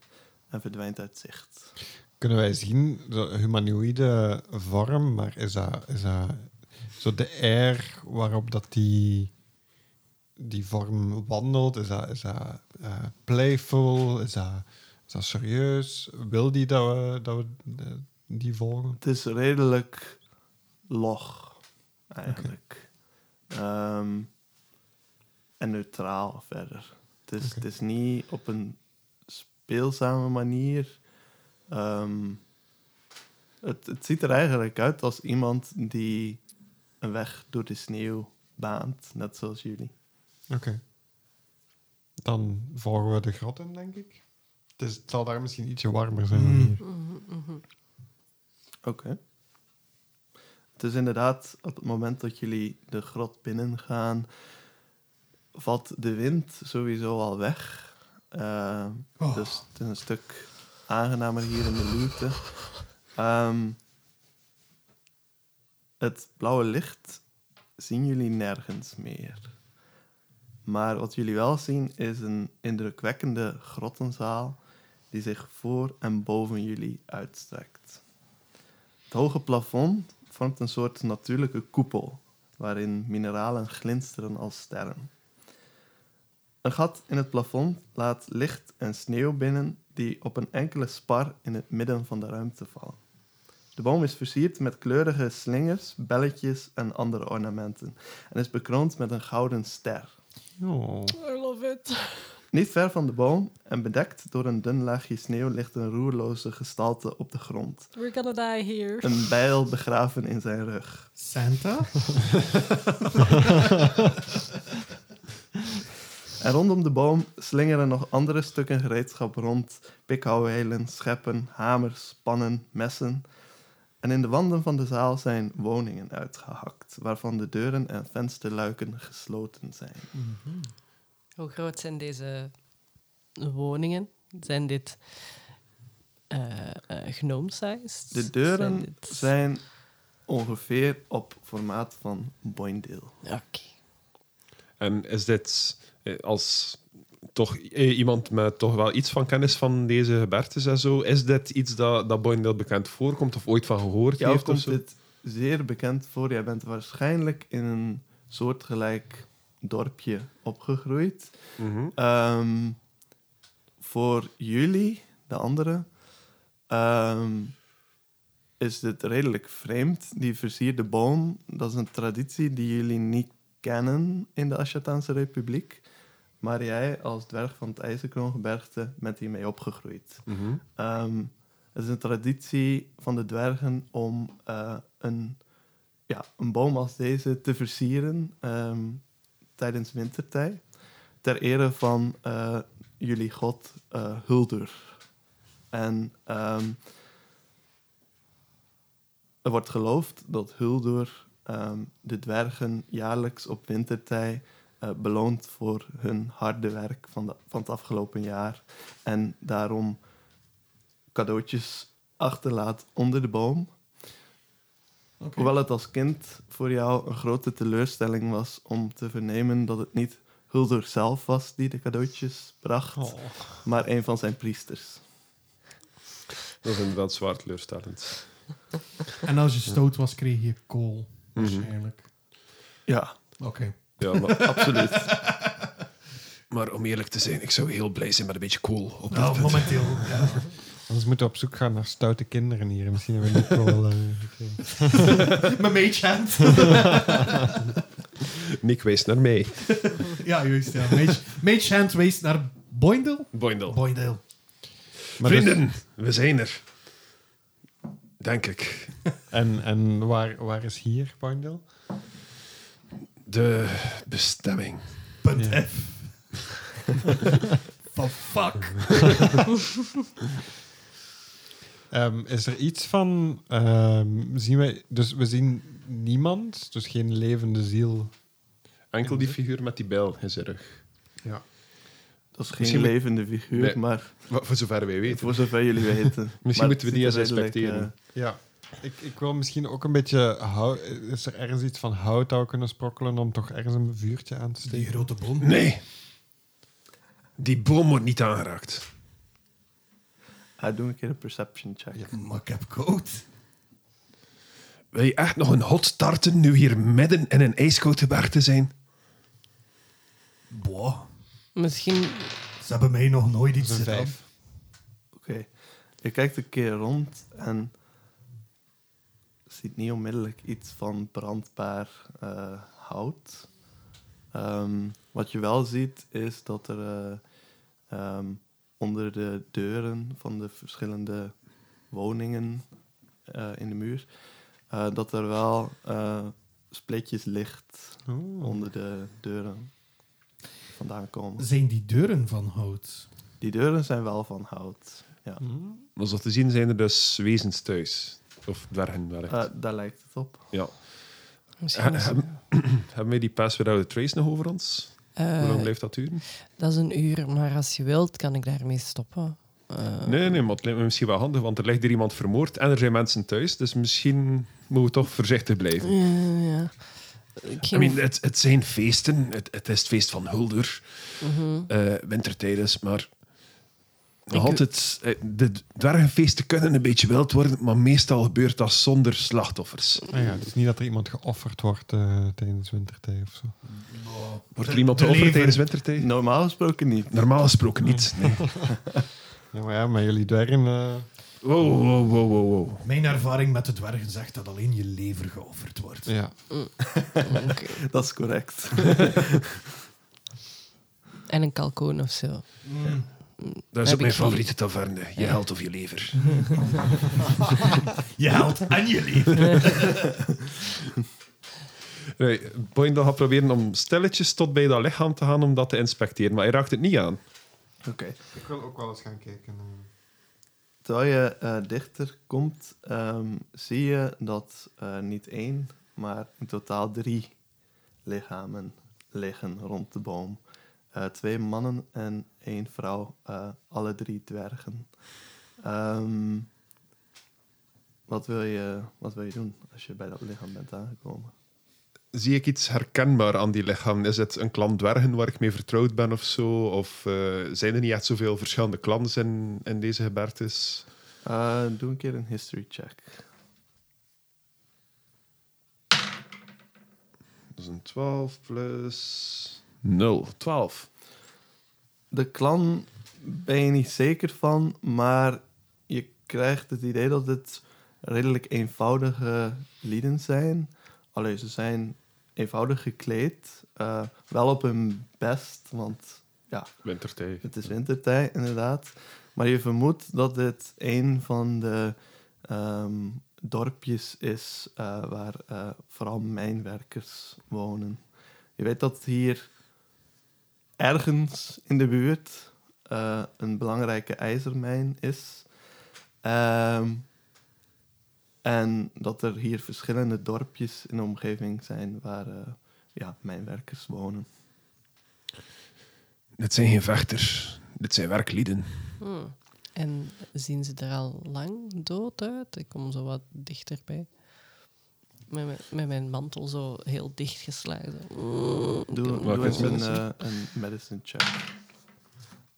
S5: en verdwijnt uit zicht.
S3: Kunnen wij zien, de humanoïde vorm, maar is dat, is dat zo de air waarop dat die, die vorm wandelt? Is dat, is dat eh, playful? Is dat, is dat serieus? Wil die dat we, dat we eh, die volgen?
S5: Het is redelijk log, eigenlijk. Ehm, en neutraal verder. Het is, het is niet op een speelzame manier. Ehm, het, het ziet er eigenlijk uit als iemand die een weg door de sneeuw baant, net zoals jullie.
S3: Oké. Dan volgen we de grot in, denk ik. Het, is, het zal daar misschien ietsje warmer zijn dan
S1: Mm.
S3: hier.
S5: Oké. Het is inderdaad, op het moment dat jullie de grot binnengaan, valt de wind sowieso al weg. Eh,
S1: Oh.
S5: Dus het is een stuk aangenamer hier in de luwte. Ehm, Het blauwe licht zien jullie nergens meer. Maar wat jullie wel zien is een indrukwekkende grottenzaal die zich voor en boven jullie uitstrekt. Het hoge plafond vormt een soort natuurlijke koepel waarin mineralen glinsteren als sterren. Een gat in het plafond laat licht en sneeuw binnen die op een enkele spar in het midden van de ruimte vallen. De boom is versierd met kleurige slingers, belletjes en andere ornamenten en is bekroond met een gouden ster.
S3: Oh.
S4: I love it.
S5: Niet ver van de boom en bedekt door een dun laagje sneeuw ligt een roerloze gestalte op de grond.
S4: We're gonna die here.
S5: Een bijl begraven in zijn rug.
S1: Santa?
S5: En rondom de boom slingeren nog andere stukken gereedschap rond. Pikhouwelen, scheppen, hamers, pannen, messen. En in de wanden van de zaal zijn woningen uitgehakt, waarvan de deuren en vensterluiken gesloten zijn.
S4: Hoe groot zijn deze woningen? Zijn dit eh eh, gnome-sized?
S5: De deuren
S4: Zijn dit-
S5: zijn ongeveer op formaat van boindeel.
S4: Oké.
S2: En is dit eh, als toch eh, iemand met toch wel iets van kennis van deze gebertes en zo, is dit iets dat, dat Boindel bekend voorkomt of ooit van gehoord
S5: Jou
S2: heeft? Of
S5: komt
S2: zo?
S5: dit zeer bekend voor. Jij bent waarschijnlijk in een soortgelijk dorpje opgegroeid.
S2: Mhm.
S5: Ehm, voor jullie, de anderen, ehm, is dit redelijk vreemd. Die versierde boom, dat is een traditie die jullie niet kennen in de Ashataanse Republiek. Maar jij, als dwerg van het IJzerkroongebergte, bent hiermee opgegroeid.
S2: Mhm.
S5: Ehm, het is een traditie van de dwergen om eh, een, ja, een boom als deze te versieren ehm, tijdens wintertijd. Ter ere van eh, jullie god eh, Huldur. En ehm, er wordt geloofd dat Huldur ehm, de dwergen jaarlijks op wintertijd eh, beloont voor hun harde werk van, de, van het afgelopen jaar. En daarom cadeautjes achterlaat onder de boom.
S1: Oké.
S5: Hoewel het als kind voor jou een grote teleurstelling was om te vernemen dat het niet Huldur zelf was die de cadeautjes bracht,
S2: Oh.
S5: maar een van zijn priesters.
S2: Dat is inderdaad zwaar teleurstellend.
S1: En als je stout was, kreeg je kool.
S2: Mhm.
S1: Waarschijnlijk.
S5: Ja,
S1: Oké.
S2: Ja, maar,
S5: absoluut.
S2: maar om eerlijk te zijn, ik zou heel blij zijn met een beetje kool op dit
S1: Nou,
S2: punt.
S1: momenteel. Ja.
S3: Anders moeten we op zoek gaan naar stoute kinderen hier. Misschien hebben we die ook wel... eh, gekregen.
S1: Mijn mage hand.
S2: Nick, wees naar mij.
S1: ja, juist. Ja. Mage, mage hand wees naar Boindel.
S2: Boindel.
S1: Boindel.
S3: Maar dus-
S2: Vrienden, we zijn er. Denk ik.
S3: en en waar, waar is hier, Boindel?
S2: De bestemming.
S1: Punt
S3: Ja.
S1: F. Van fuck.
S3: Ehm, is er iets van... ehm, zien we, dus we zien niemand, dus geen levende ziel.
S2: Enkel die figuur met die bijl in zijn rug.
S3: Ja.
S5: Dat is geen
S2: Misschien moet-
S5: levende figuur,
S2: Nee.
S5: maar
S2: Wat, voor zover wij weten.
S5: voor zover jullie weten. Maar
S2: moeten we
S5: het
S2: die
S5: ziet er
S2: eens
S5: redelijk,
S2: inspecteren.
S5: eh,
S3: Ja. Ik, ik wil misschien ook een beetje... Hout, is er ergens iets van hout dat we kunnen sprokkelen om toch ergens een vuurtje aan te
S1: Die
S3: steken?
S1: grote boom.
S2: Nee. Die boom wordt niet aangeraakt.
S5: ah, doe een keer een perception check.
S1: Maar ik heb koud.
S2: Wil je echt nog een hot starten nu hier midden in een ijskoud gebergte zijn?
S1: Boah.
S4: Misschien
S1: Ze hebben mij nog nooit iets
S3: Dat is een
S1: gedaan.
S3: vijf.
S5: Oké. Je kijkt een keer rond en ziet niet onmiddellijk iets van brandbaar eh, hout. Ehm, wat je wel ziet is dat er eh, ehm, onder de deuren van de verschillende woningen eh, in de muur, eh, dat er wel eh, spleetjes licht
S3: Oh.
S5: onder de deuren vandaan komen.
S1: Zijn die deuren van hout?
S5: Die deuren zijn wel van hout. Ja.
S3: Hmm.
S2: Maar zoals te zien zijn er dus wezens thuis. Of dwergen wellicht.
S5: Eh, daar lijkt het op.
S2: ja.
S4: Misschien is-
S2: Hebben hebben wij die Pass Without a Trace nog over ons?
S4: Eh,
S2: Hoe lang blijft dat duren?
S4: dat is een uur, maar als je wilt, kan ik daarmee stoppen. Eh,
S2: Nee, nee, maar het lijkt me misschien wel handig, want er ligt hier iemand vermoord en er zijn mensen thuis. Dus misschien moeten we toch voorzichtig blijven.
S4: ja, ja. Ik
S2: I
S4: ging-
S2: mean, het, het zijn feesten. Het, het is het feest van Hulder. eh wintertijd is, maar... Nog
S4: Mhm. Ik-
S2: altijd, eh, de dwergenfeesten kunnen een beetje wild worden, maar meestal gebeurt dat zonder slachtoffers.
S3: Ah ja, het is niet dat er iemand geofferd wordt eh, tijdens wintertijd of zo.
S2: Wordt er iemand geofferd tijdens wintertijd?
S5: Normaal gesproken niet.
S2: Normaal gesproken niet. Nee.
S3: Ja, maar ja, maar jullie dwergen... eh,
S2: Wow, wow, wow, wow, wow.
S1: Mijn ervaring met de dwergen zegt dat alleen je lever geofferd wordt.
S3: ja.
S4: Oké.
S5: Dat is correct.
S4: En een kalkoen of zo.
S1: Mm.
S2: Dat
S4: Heb
S2: is ook
S4: ik
S2: mijn
S4: geen-
S2: favoriete taverne. Je held of je lever.
S1: Je held en je lever.
S2: Nee, Boyndo gaat proberen om stilletjes tot bij dat lichaam te gaan om dat te inspecteren, maar hij raakt het niet aan.
S5: Oké.
S3: Ik wil ook wel eens gaan kijken. eh.
S5: Terwijl je eh, dichter komt, ehm, zie je dat eh, niet één, maar in totaal drie lichamen liggen rond de boom. Eh, twee mannen en één vrouw, eh, alle drie dwergen. Ehm, wat, wil je, wat wil je doen als je bij dat lichaam bent aangekomen?
S2: Zie ik iets herkenbaar aan die lichaam? Is het een klan dwergen waar ik mee vertrouwd ben of zo? Of eh, zijn er niet echt zoveel verschillende klans in, in deze gebertes?
S5: Eh, doe een keer een history check.
S2: Dat is een 12 plus 0. 12.
S5: De klan ben je niet zeker van, maar je krijgt het idee dat het redelijk eenvoudige lieden zijn. Alleen ze zijn eenvoudig gekleed, eh, wel op hun best, want ja,
S2: Wintertij.
S5: het is wintertijd inderdaad. Maar je vermoedt dat dit een van de ehm, dorpjes is eh, waar eh, vooral mijnwerkers wonen. Je weet dat hier ergens in de buurt eh, een belangrijke ijzermijn is. Ehm, en dat er hier verschillende dorpjes in de omgeving zijn waar eh, ja, mijnwerkers wonen.
S2: Dit zijn geen vechters. Dit zijn werklieden.
S4: Hmm. En zien ze er al lang dood uit? Ik kom zo wat dichterbij. Met, mijn- met mijn mantel zo heel dicht geslagen. zo.
S5: Doe,
S2: Welke
S5: doe eens
S2: is
S5: een,
S2: medicine?
S5: eh, een medicine check.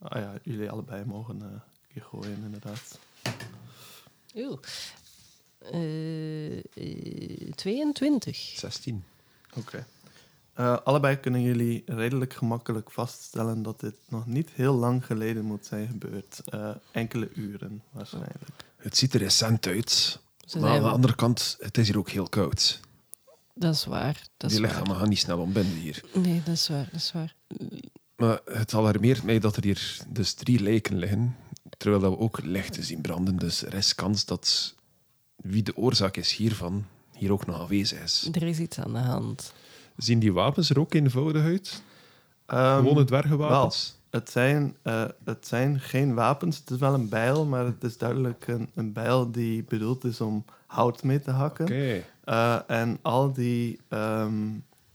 S5: Ah ja, jullie allebei mogen eh, een keer gooien, inderdaad.
S4: Oeh. Eh, eh, 22.
S2: 16.
S5: Oké. Eh, allebei kunnen jullie redelijk gemakkelijk vaststellen dat dit nog niet heel lang geleden moet zijn gebeurd. Eh, enkele uren waarschijnlijk.
S2: Het ziet er recent uit.
S4: Ze
S2: maar aan
S4: zijn,
S2: de andere kant, het is hier ook heel koud.
S4: dat is waar. Dat is
S2: Die
S4: waar.
S2: lichamen gaan niet snel ontbinden hier.
S4: Nee, dat is waar. Dat is waar.
S2: Maar het alarmeert mij dat er hier dus drie lijken liggen, terwijl dat we ook lichten zien branden. Dus er is kans dat wie de oorzaak is hiervan hier ook nog aanwezig is.
S4: Er is iets aan de hand.
S2: Zien die wapens er ook eenvoudig uit?
S5: Ehm,
S2: Gewone dwergenwapens?
S5: Het zijn, eh, het zijn geen wapens, het is wel een bijl, maar het is duidelijk een, een bijl die bedoeld is om hout mee te hakken.
S2: Oké.
S5: Eh, en al die ehm,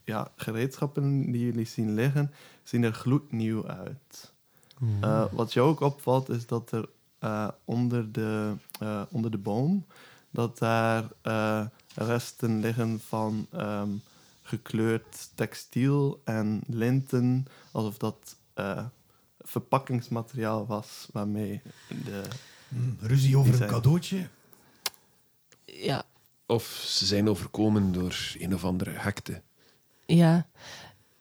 S5: ja, gereedschappen die jullie zien liggen, zien er gloednieuw uit. Eh, wat je ook opvalt, is dat er eh, onder, de, eh, onder de boom, dat daar eh, resten liggen van ehm, gekleurd textiel en linten, alsof dat eh, verpakkingsmateriaal was waarmee de...
S1: Mm, Ruzie over een
S5: Zijn.
S1: cadeautje.
S4: Ja,
S2: Of ze zijn overkomen door een of andere hekte.
S4: Ja,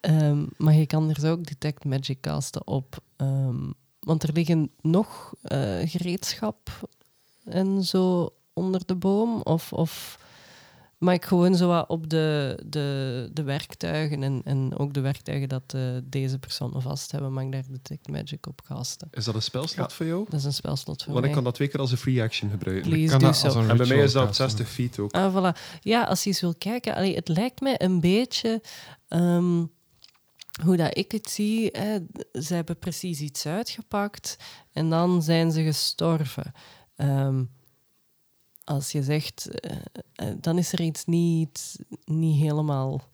S4: Ehm, maar je kan er zo ook Detect Magic casten op. ehm, want er liggen nog eh, gereedschap en zo onder de boom. Of, of maar ik gewoon zo wat op de, de, de werktuigen en, en ook de werktuigen dat eh, deze personen vast hebben, mag ik daar Detect Magic op casten.
S2: Is dat een spelslot voor jou?
S4: Dat is een spelslot voor
S2: Want ik
S4: mij.
S2: kan dat twee keer als een free action gebruiken.
S4: Please do zo.
S2: En bij mij is dat op 60 feet ook.
S4: Ah, voilà. Ja, als je eens wil kijken. Allee, het lijkt mij een beetje ehm, hoe dat ik het zie. Hè. Ze hebben precies iets uitgepakt en dan zijn ze gestorven. Ehm, als je zegt, eh, eh, dan is er iets niet, niet helemaal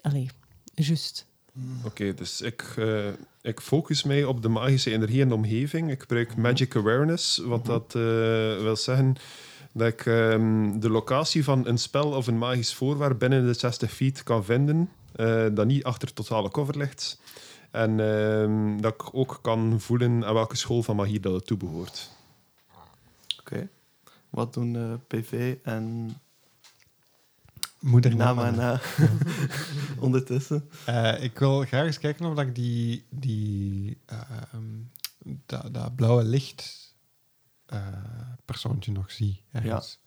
S4: allee, juist.
S2: Oké, dus ik, eh, ik focus mij op de magische energie en de omgeving. Ik
S5: Mhm.
S2: gebruik Magic Awareness, wat dat eh, wil zeggen dat ik ehm, de locatie van een spel of een magisch voorwerp binnen de 60 feet kan vinden, eh, dat niet achter totale cover ligt. En ehm, dat ik ook kan voelen aan welke school van magie dat het toebehoort.
S5: Wat doen eh, PV en
S3: Moeder
S5: Nama
S3: Namana.
S5: na ondertussen?
S3: Eh, ik wil graag eens kijken of dat ik die, die ehm, dat, dat blauwe licht eh, persoontje nog zie. Ergens.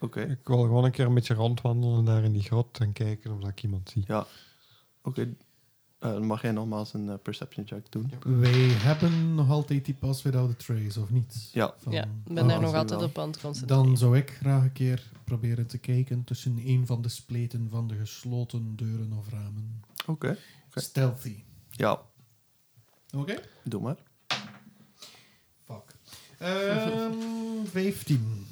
S5: Oké.
S3: Ik wil gewoon een keer een beetje rondwandelen daar in die grot en kijken of dat ik iemand zie.
S5: Ja. Oké. Eh, dan mag jij nogmaals een eh, perception check doen.
S1: Wij hebben nog altijd die pas without a trace, of niet?
S5: Ja.
S1: Van-
S4: ja, ik ben
S5: Ah,
S4: daar
S5: zie
S4: nog
S5: wel.
S4: altijd op aan het concentreren.
S1: Dan zou ik graag een keer proberen te kijken tussen een van de spleten van de gesloten deuren of ramen.
S5: Oké. Oké.
S1: Stealthy.
S5: Ja,
S1: Oké?
S5: doe maar.
S1: Fuck. Ehm 15.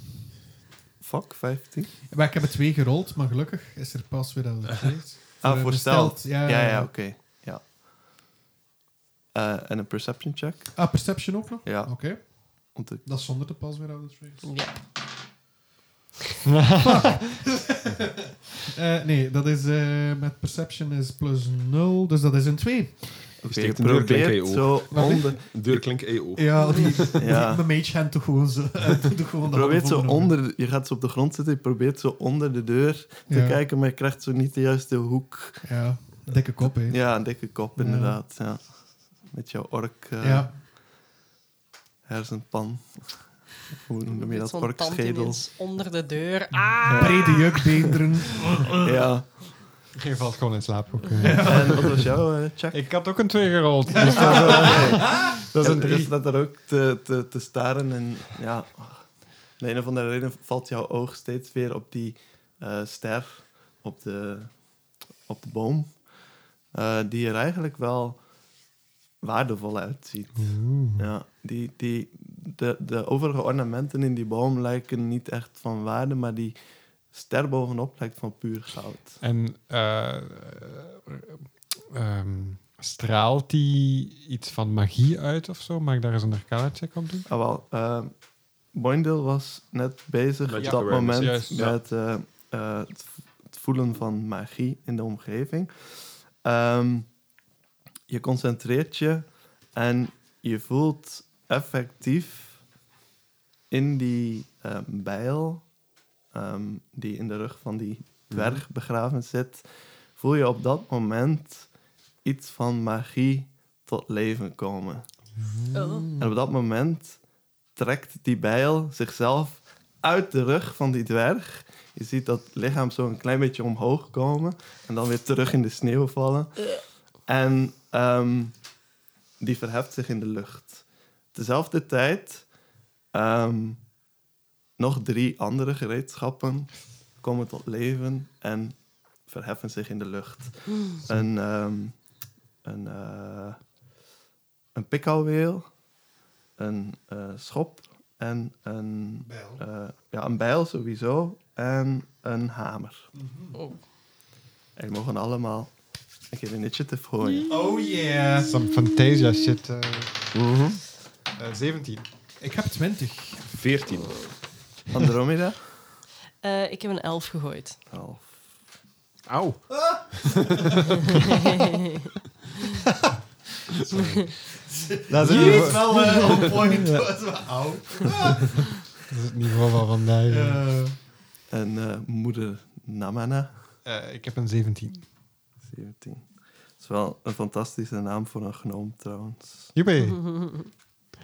S5: Fuck, 15.
S1: Maar ik heb er twee gerold, maar gelukkig is er pas weer dat het is.
S5: Ah, voor stealth.
S1: Eh, Ja,
S5: Ja, ja, oké. Ja. Eh, en een perception check.
S1: Ah, perception ook nog?
S5: Ja.
S1: Oké.
S5: Om te-
S1: Dat is zonder de pas weer dat het is.
S4: Ja.
S1: Eh, nee, dat is eh, met perception is plus 0, dus dat is een 2.
S5: Oké, je
S2: steekt een deurklink in je
S5: probeert
S2: oog.
S5: zo
S1: Wat
S5: onder,
S2: Deurklink EO.
S1: Ja, die,
S5: Ja.
S1: die mijn mage hand toch gewoon zo. doe gewoon
S5: je
S1: de
S5: probeert
S1: handen
S5: zo
S1: voor de ogen.
S5: onder, je gaat zo op de grond zitten, je probeert zo onder de deur te
S1: Ja.
S5: kijken, maar je krijgt zo niet de juiste hoek.
S1: Ja, dikke kop, hè. Ja.
S5: Ja, een dikke kop
S1: Ja.
S5: inderdaad. Ja. Met jouw ork eh,
S1: ja.
S5: hersenpan. Hoe noem je dat?
S4: Zo'n tand
S5: Orkschedel.
S4: ineens onder de deur. Ah!
S1: Brede jukbeenderen.
S5: Ja.
S3: Je valt gewoon in slaap. Ook, eh.
S5: En wat was jouw eh, check?
S3: Ik had ook een twee gerold. Dus dat, dat is een
S5: En
S3: drie.
S5: Er staat er ook te, te, te staren en ja... Om een of andere reden valt jouw oog steeds weer op die eh, ster op de, op de boom. eh, die er eigenlijk wel waardevol uitziet. Ja, die, die, de, de overige ornamenten in die boom lijken niet echt van waarde, maar die ster bovenop lijkt van puur goud.
S3: En eh, eh, ehm, straalt die iets van magie uit of zo? Mag ik daar eens een arcana check op doen?
S5: Ah, wel, eh, Boindel was net bezig
S2: Magic
S5: op dat
S2: awareness,
S5: moment
S3: juist, ja.
S5: met eh, eh, het, v- het voelen van magie in de omgeving. Ehm, je concentreert je en je voelt effectief in die ehm, bijl ehm, die in de rug van die
S3: Mhm.
S5: dwerg begraven zit, voel je op dat moment iets van magie tot leven komen.
S4: Oh.
S5: En op dat moment trekt die bijl zichzelf uit de rug van die dwerg. Je ziet dat lichaam zo een klein beetje omhoog komen en dan weer terug in de sneeuw vallen. En ehm, die verheft zich in de lucht. Tezelfde tijd ehm, nog drie andere gereedschappen komen tot leven en verheffen zich in de lucht. Een, ehm een, eh, een pikhouweel, een eh, schop en een,
S1: Bijl.
S5: eh, ja, een bijl sowieso en een hamer.
S3: Mhm.
S4: Oh.
S5: En die mogen allemaal een keer initiative gooien.
S1: Oh yeah.
S3: Some Fantasia shit. eh. Eh, 17.
S1: Ik heb 20.
S2: 14.
S3: Mm.
S5: Andromeda?
S4: Eh, ik heb een elf gegooid.
S5: Elf.
S2: Auw.
S3: Dat is
S1: Die
S3: het
S1: is
S3: niveau,
S1: wel eh, on point. Dat is wel oud.
S3: dat is het niveau van vandaag.
S1: Eh,
S5: En eh, moeder Namana?
S3: Eh, ik heb een 17.
S5: 17. Dat is wel een fantastische naam voor een gnoom trouwens.
S3: Joepie.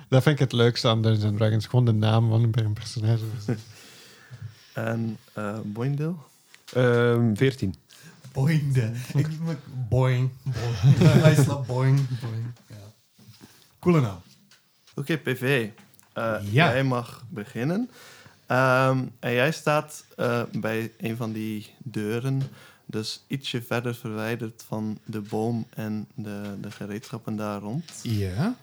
S3: Dat vind ik het leukste aan Dungeons and Dragons. Gewoon de naam van een personage.
S5: En eh Boindel?
S2: Ehm 14.
S1: Boing. de- Ik moet- Boing. Boing. Hij slaapt boing. Boing. Ja. Coole naam.
S5: Oké, PV. eh,
S1: Ja.
S5: Jij mag beginnen. Ehm, en jij staat eh, bij een van die deuren. Dus ietsje verder verwijderd van de boom en de, de gereedschappen daar rond.
S1: Ja.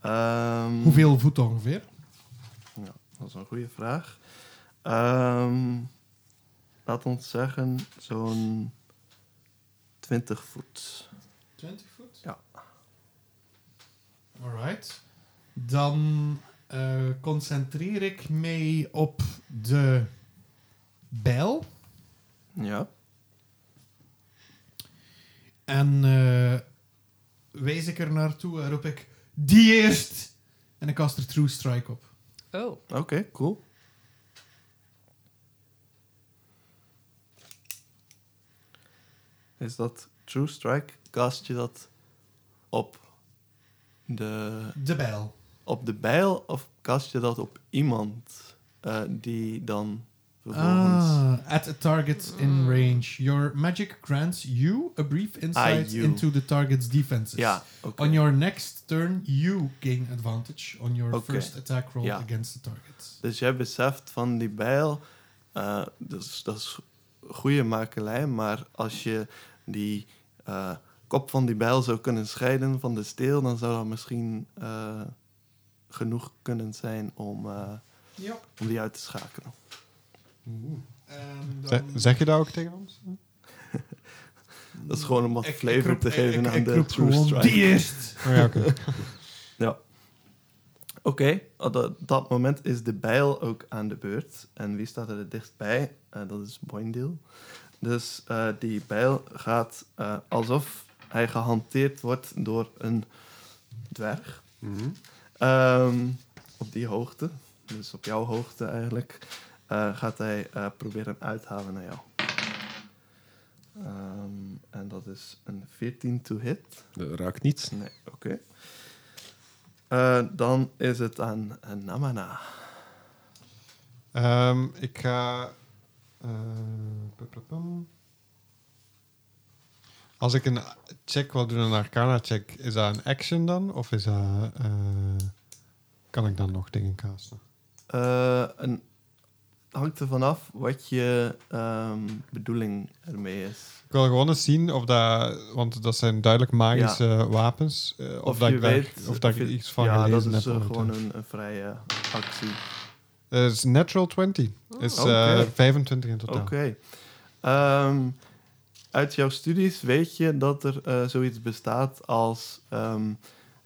S5: Ehm,
S1: Hoeveel voet ongeveer?
S5: Ja, dat is een goede vraag. Ehm, laat ons zeggen zo'n 20 voet.
S1: 20 voet.
S5: Ja.
S1: Alright. Dan eh, concentreer ik mij op de bijl.
S5: Ja.
S1: En eh wijs ik er naartoe en roep ik... Die eerst! En ik cast er True Strike op.
S4: Oh,
S5: Oké, cool. Is dat True Strike? Cast je dat op de,
S1: De bijl.
S5: op de bijl of cast je dat op iemand eh, die dan vervolgens...
S1: Ah, at a target in range. Your magic grants you a brief insight
S5: you.
S1: into the target's defenses.
S5: ja, oké.
S1: On your next turn, you gain advantage on your
S5: Oké.
S1: first attack roll
S5: Ja.
S1: against the target.
S5: Dus jij beseft van die bijl, eh, dus, dat is goede makelij, maar als je die eh, kop van die bijl zou kunnen scheiden van de steel, dan zou dat misschien eh, genoeg kunnen zijn om, eh,
S1: Ja.
S5: om die uit te schakelen.
S1: En
S3: Zeg,
S1: dan...
S3: zeg je dat ook tegen ons?
S5: Dat is gewoon om wat
S1: Ik- ik
S5: flavor
S1: roep-
S5: te
S1: ik-
S5: geven
S1: ik-
S5: aan
S1: ik
S5: de
S1: roep
S5: True
S1: gewoon,
S5: Strike.
S1: Die eerst!
S3: Oh, ja, oké.
S5: Oké, op dat, dat moment is de bijl ook aan de beurt. En wie staat er het dichtstbij? Eh, dat is Boindeel. Dus eh, die bijl gaat eh, alsof hij gehanteerd wordt door een dwerg. Ehm, op die hoogte, dus op jouw hoogte eigenlijk, eh, gaat hij eh, proberen uithalen naar jou. Ehm, en dat is een 14 to hit.
S2: Dat raakt niet.
S5: Nee, oké. Eh, dan is het aan eh, Namana.
S3: Ehm, ik ga. eh, pup, pup, pum. als ik een check wil doen, een arcana check, is dat een action dan? Of is dat. eh, kan ik dan nog dingen casten?
S5: Eh, een, hangt ervan af wat je ehm, bedoeling ermee is.
S3: Ik wil gewoon eens zien of dat. Want dat zijn duidelijk magische wapens. eh, of, dat
S5: je
S3: ik daar- of dat ik
S5: je-
S3: iets van
S5: ja,
S3: gelezen
S5: dat is
S3: heb
S5: eh,
S3: ooit,
S5: gewoon
S3: hè.
S5: een, een vrije actie.
S3: Het Eh, is natural 20. Het is eh,
S5: Oh, Oké.
S3: 25 in totaal.
S5: Oké. Ehm, uit jouw studies weet je dat er eh, zoiets bestaat als ehm,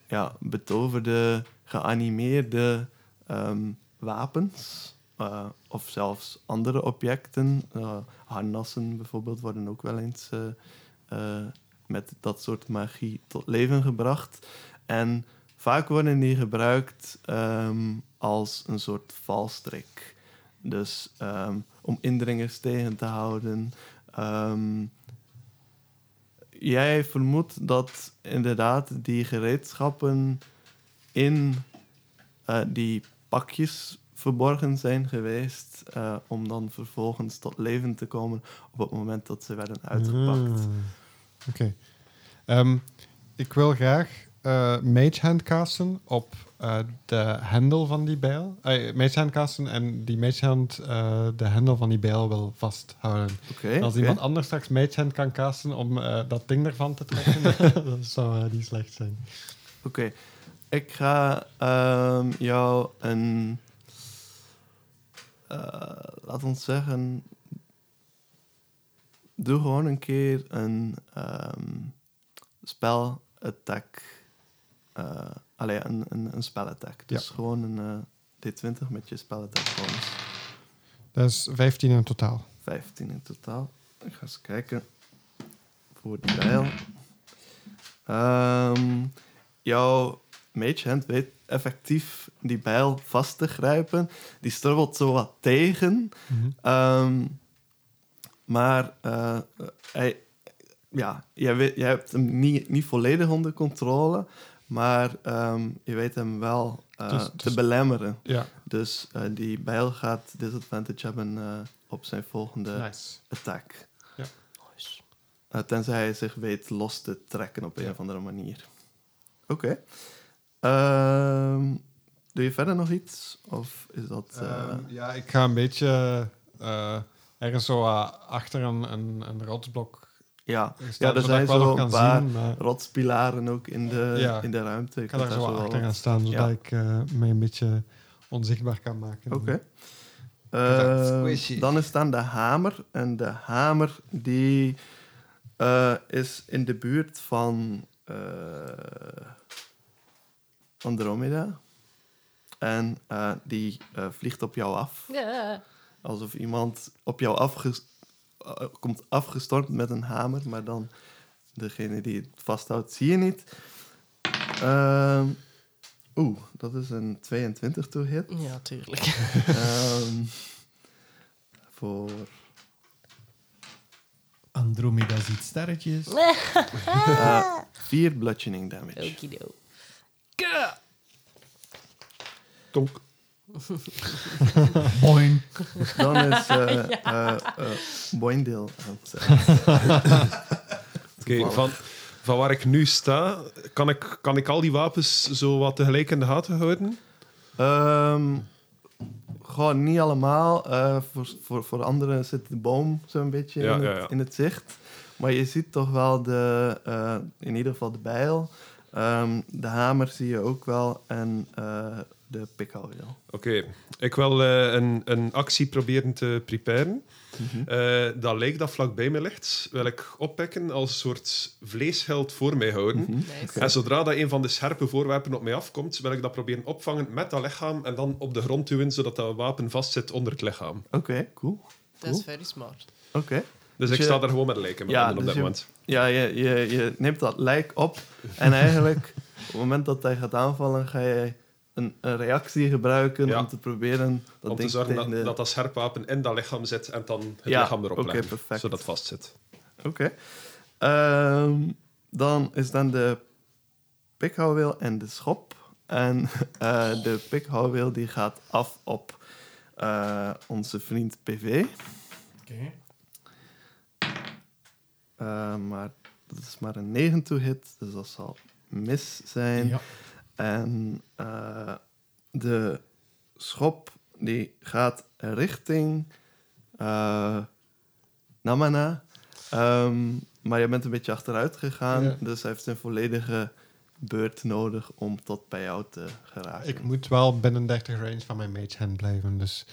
S5: ja, betoverde, geanimeerde ehm, wapens. eh, of zelfs andere objecten. Eh, harnassen bijvoorbeeld worden ook wel eens eh, eh, met dat soort magie tot leven gebracht. En vaak worden die gebruikt ehm, als een soort valstrik. Dus ehm, om indringers tegen te houden. Ehm, jij vermoedt dat inderdaad die gereedschappen in eh, die pakjes verborgen zijn geweest. eh, om dan vervolgens tot leven te komen op het moment dat ze werden uitgepakt.
S3: Hmm. Oké. Ehm, ik wil graag eh Mage Hand casten op eh, de hendel van die bijl. Eh mage Hand casten en die Mage Hand eh, de hendel van die bijl wil vasthouden.
S5: Oké.
S3: En Als
S5: oké.
S3: iemand anders straks Mage Hand kan casten om eh, dat ding ervan te trekken, dan zou eh, die slecht zijn.
S5: Oké. Ik ga ehm, jou een. eh, laat ons zeggen. Doe gewoon een keer een ehm, spel attack. eh allee, een, een, een spel attack. Dus gewoon een eh, D20 met je spel attack bonus.
S3: Dat is 15 in totaal.
S5: 15 in totaal. Ik ga eens kijken voor de pijl. Ehm, jouw mage hand weet effectief die bijl vast te grijpen. Die strubbelt zo wat tegen.
S3: Mhm.
S5: Ehm, maar eh, hij, ja, jij, weet, jij hebt hem niet, niet volledig onder controle. Maar ehm, je weet hem wel eh,
S3: Dus-
S5: te
S3: dus-
S5: belemmeren.
S3: Ja,
S5: Dus eh, die bijl gaat disadvantage hebben eh, op zijn volgende
S3: nice.
S5: attack.
S3: Ja.
S5: Nice. tenzij hij zich weet los te trekken op een
S3: Ja.
S5: of andere manier. Oké. Ehm, doe je verder nog iets? Of is dat... eh,
S3: Ehm, ja, ik ga een beetje eh, ergens zo eh, achter een, een, een rotsblok
S5: ja,
S3: staan,
S5: ja, er
S3: zodat
S5: zijn
S3: ik wel
S5: zo
S3: nog
S5: een
S3: kan
S5: paar
S3: zien, maar-
S5: rotspilaren ook in de,
S3: Ja.
S5: in de ruimte.
S3: Ik ga daar zo achter gaan
S5: Oké.
S3: staan, zodat
S5: Ja.
S3: ik eh, mij een beetje onzichtbaar kan maken.
S5: Ehm,
S6: Squishy.
S5: dan is dan de hamer. En de hamer die eh, is in de buurt van eh, eh, Andromeda. En eh, die eh, vliegt op jou af.
S4: Ja.
S5: Alsof iemand op jou afges- eh, komt afgestormd met een hamer, maar dan degene die het vasthoudt, zie je niet. Ehm, Oeh, dat is een 22 to hit.
S4: ja, tuurlijk.
S5: Ehm, voor
S1: Andromeda ziet sterretjes.
S5: eh, vier bludgeoning damage.
S4: Okido.
S2: Tonk.
S1: Boing.
S5: Dan is eh eh, eh, Boindel aan het zijn.
S2: Oké, van, van waar ik nu sta, kan ik, kan ik al die wapens zo wat tegelijk in de gaten houden?
S5: Ehm, gewoon niet allemaal. Eh, voor, voor, voor anderen zit de boom zo'n beetje
S2: Ja,
S5: in,
S2: ja,
S5: het,
S2: ja.
S5: in het zicht. Maar je ziet toch wel de, eh, in ieder geval de bijl. Ehm, de hamer zie je ook wel. En eh, de pikhouweel.
S2: Oké, ik wil eh, een, een actie proberen te preparen.
S5: Mhm.
S2: Eh, dat lijk dat vlakbij me ligt, wil ik oppikken als een soort vleesheld voor mij houden.
S5: Mhm.
S4: Nice.
S2: En zodra dat een van de scherpe voorwerpen op mij afkomt, wil ik dat proberen opvangen met dat lichaam en dan op de grond duwen, zodat dat wapen vastzit onder het lichaam.
S5: Oké, cool.
S4: Dat is very smart.
S5: Oké.
S2: Dus,
S5: Dus
S2: ik
S5: je-
S2: sta daar gewoon met lijken
S5: Ja,
S2: op
S5: dus
S2: dat
S5: je-
S2: moment.
S5: Ja, je, je, je neemt dat lijk op. En eigenlijk, op het moment dat hij gaat aanvallen, ga je een, een reactie gebruiken
S2: Ja.
S5: om te proberen... Dat
S2: om te
S5: ding
S2: zorgen dat,
S5: tegen de-
S2: dat dat scherp wapen in dat lichaam zit en dan het
S5: Ja,
S2: lichaam erop
S5: oké,
S2: leggen,
S5: perfect.
S2: zodat het vastzit.
S5: Oké. Ehm, dan is dan de pikhouweel en de schop. En eh, de pikhouweel die gaat af op eh, onze vriend PV.
S1: Oké.
S5: Eh, maar dat is maar een 9 to hit, dus dat zal mis zijn.
S1: Ja.
S5: En eh, de schop die gaat richting eh, Namana. Ehm, maar je bent een beetje achteruit gegaan,
S1: Ja.
S5: dus hij heeft een volledige beurt nodig om tot bij jou te geraken.
S3: Ik moet wel binnen 30 range van mijn mage hand blijven, dus...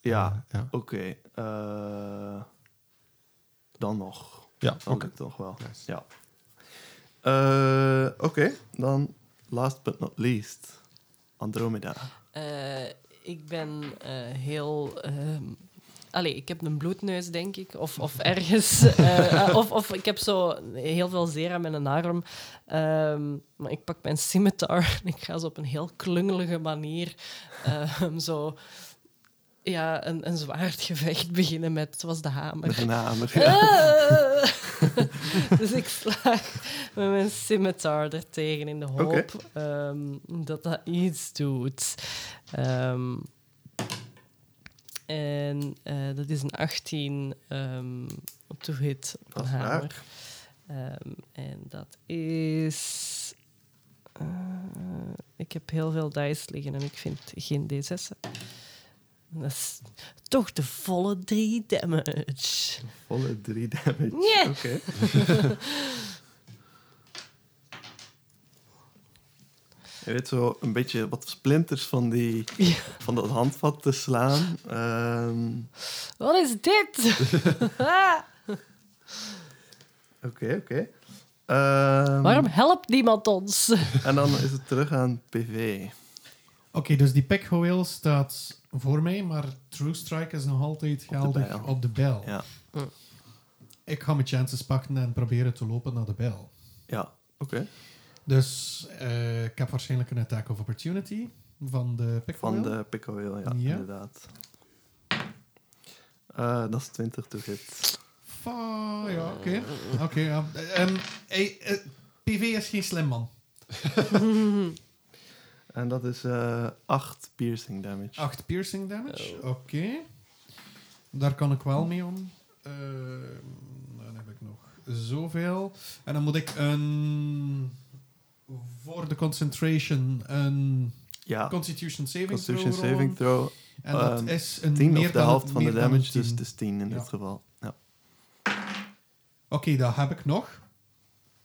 S5: Ja,
S3: eh, ja.
S5: oké. eh, dan nog.
S3: Ja,
S5: Dan
S3: oké.
S5: lukt het nog wel.
S3: Nice.
S5: Ja. Eh, oké, dan last but not least. Andromeda.
S4: Eh, ik ben eh, heel. ehm, allee, ik heb een bloedneus, denk ik. Of, of ergens. eh, eh, of, of ik heb zo heel veel zeer aan mijn arm. Ehm, maar ik pak mijn scimitar en ik ga zo op een heel klungelige manier ehm, zo. Ja, een, een zwaardgevecht beginnen met, zoals de hamer.
S5: Met een hamer. ja.
S4: Ah. dus ik slaag met mijn scimitar er tegen in de hoop
S5: Oké.
S4: ehm, dat dat iets doet. Ehm, en eh, dat is een 18 ehm, op de hit op
S5: Dat
S4: een
S5: is raak.
S4: hamer. Ehm, en dat is... eh, ik heb heel veel dice liggen en ik vind geen D6. Dat is toch de volle 3 damage.
S5: Volle 3 damage.
S4: Ja.
S5: Oké. Je weet zo een beetje wat splinters van, die,
S4: Ja.
S5: van dat handvat te slaan. Ehm,
S4: Wat is dit?
S5: Oké, oké. Ehm,
S4: Waarom helpt niemand ons?
S5: En dan is het terug aan PV.
S1: Oké, dus die pikhouweel staat voor mij, maar True Strike is nog altijd geldig
S5: bijl.
S1: op de bel.
S5: Ja,
S1: Ik ga mijn chances pakken en proberen te lopen naar de bel.
S5: ja. oké.
S1: Dus eh, ik heb waarschijnlijk een attack of opportunity van de
S5: Van
S1: pikhouweel.
S5: de Picoil, ja,
S1: Ja.
S5: inderdaad. Eh, dat is 20 to hit.
S1: Fa- ja, oké. Oké, ja. Ehm, hey, eh, PV is geen slim man.
S5: En dat is eh 8 piercing damage.
S1: 8 piercing damage.
S5: Oh.
S1: Oké. Daar kan ik wel mee om. Eh, dan heb ik nog zoveel. En dan moet ik een... Voor de concentration een
S5: Ja,
S1: constitution saving
S5: Ah. Constitution
S1: throw rollen.
S5: saving throw.
S1: En dat
S5: Ehm,
S1: is een
S5: 10
S1: meer
S5: of de
S1: dan-
S5: helft van de
S1: meer dan een
S5: damage, dus
S1: 10.
S5: het is 10 in
S1: Ja.
S5: dit geval. Ja.
S1: Oké, dat heb ik nog.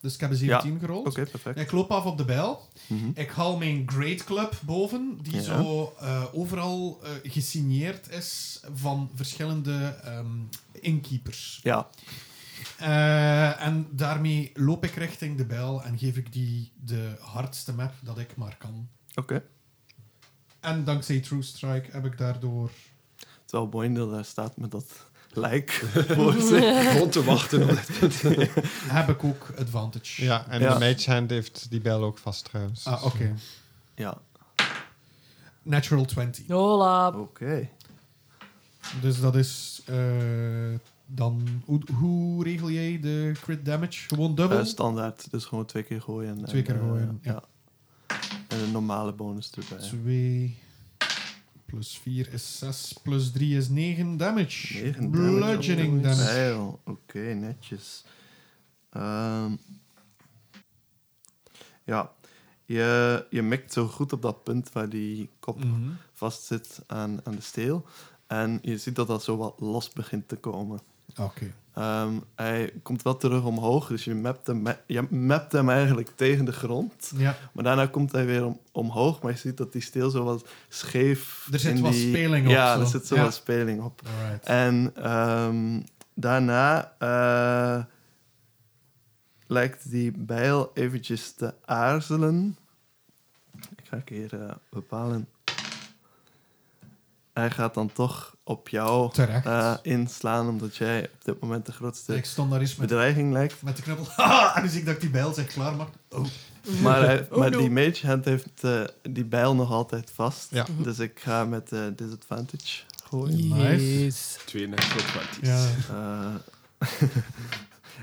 S1: Dus ik heb een 17 gerold.
S5: Oké, perfect.
S1: Ik loop af op de bijl.
S5: Mhm.
S1: Ik haal mijn Great Club boven, die
S5: Ja.
S1: zo eh, overal eh, gesigneerd is van verschillende ehm, innkeepers.
S5: Ja,
S1: Eh, en daarmee loop ik richting de bijl en geef ik die de hardste map dat ik maar kan.
S5: Oké.
S1: En dankzij True Strike heb ik daardoor...
S5: Terwijl Boindel daar staat met dat lijk voor zich.
S2: Gewoon te wachten. op-
S1: heb ik ook advantage.
S3: Ja, en
S5: Ja.
S3: de Mage Hand heeft die bijl ook vast trouwens. Dus,
S1: Ah, oké.
S5: Ja,
S1: Natural 20.
S4: Hola.
S5: oké.
S1: Dus dat is... eh, dan... Hoe, hoe regel jij de crit damage? Gewoon dubbel?
S5: Eh, standaard, dus gewoon twee keer gooien. en,
S1: Twee keer
S5: eh,
S1: gooien, ja.
S5: En een normale bonus erbij.
S1: 2 plus 4 is 6, plus 3 is 9 damage.
S5: Negen
S1: Bludgeoning
S5: damage.
S1: damage.
S5: Ja, joh. Oké, netjes. Ehm, ja, je, je mikt zo goed op dat punt waar die kop
S1: Mhm.
S5: vastzit aan, aan de steel. En je ziet dat dat zo wat los begint te komen.
S1: Oké.
S5: Ehm, hij komt wel terug omhoog, dus je mapt, hem, je mapt hem eigenlijk tegen de grond.
S1: Ja,
S5: Maar daarna komt hij weer om- omhoog, maar je ziet dat die steel zo wat scheef...
S1: Er zit
S5: in
S1: wat
S5: die-
S1: speling op,
S5: Ja,
S1: zo.
S5: er zit zo
S1: Ja.
S5: wat speling op.
S1: alright.
S5: En ehm, daarna eh, lijkt die bijl eventjes te aarzelen. Ik ga een keer eh, bepalen. Hij gaat dan toch op jou
S1: Terecht.
S5: eh, inslaan, omdat jij op dit moment de grootste
S1: ik stond daar eens met,
S5: bedreiging lijkt.
S1: met de knuppel. Haha, en dus ik dacht die bijl zich klaar maakt. Oh,
S5: Maar, hij-
S4: Oh,
S5: maar
S4: no.
S5: die mage hand heeft eh, die bijl nog altijd vast.
S3: Ja.
S5: Dus ik ga met eh, disadvantage gooien.
S1: Nice.
S4: Yes.
S2: Twee natural 20's.
S1: ja.
S5: Eh,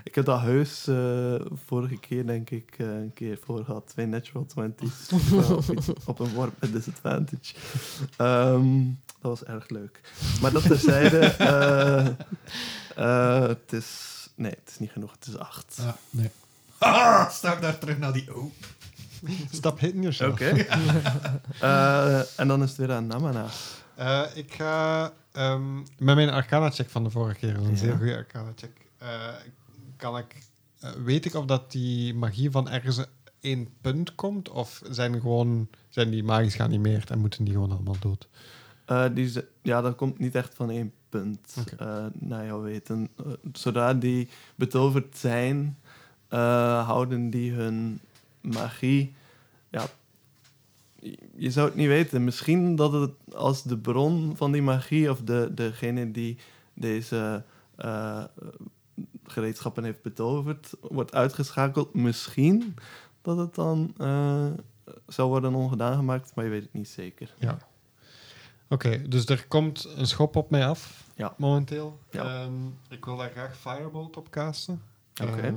S5: ik heb dat huis eh, vorige keer, denk ik, eh, een keer voor gehad. Twee natural 20's. Of, eh, op iets- op een worp met disadvantage. Ehm, dat was erg leuk. Maar dat terzijde. eh eh, het is. Nee, het is niet genoeg. Het is acht.
S1: Ah, nee. Haha, sta ik daar terug naar die... Oh,
S3: Stap hitting yourself.
S5: Eh, en dan is het weer aan Namana.
S3: Eh, ik ga ehm, met mijn arcana check van de vorige keer, dat is een
S5: Ja.
S3: zeer goede arcana check. eh, kan ik, eh, weet ik of dat die magie van ergens één punt komt, of zijn, gewoon, zijn die magisch geanimeerd en moeten die gewoon allemaal dood?
S5: Eh, die ze- ja, dat komt niet echt van één punt,
S3: Oké.
S5: eh, naar jouw weten. Eh, zodra die betoverd zijn, eh, houden die hun magie... Ja, je- je zou het niet weten. Misschien dat het als de bron van die magie... of de, degene die deze eh, gereedschappen heeft betoverd... wordt uitgeschakeld. Misschien dat het dan eh, zou worden ongedaan gemaakt. Maar je weet het niet zeker.
S3: Ja. Oké, dus er komt een schop op mij af,
S5: Ja.
S3: momenteel.
S5: Ja.
S3: Ehm, ik wil daar graag Firebolt op casten.
S5: Oké.
S3: Ehm,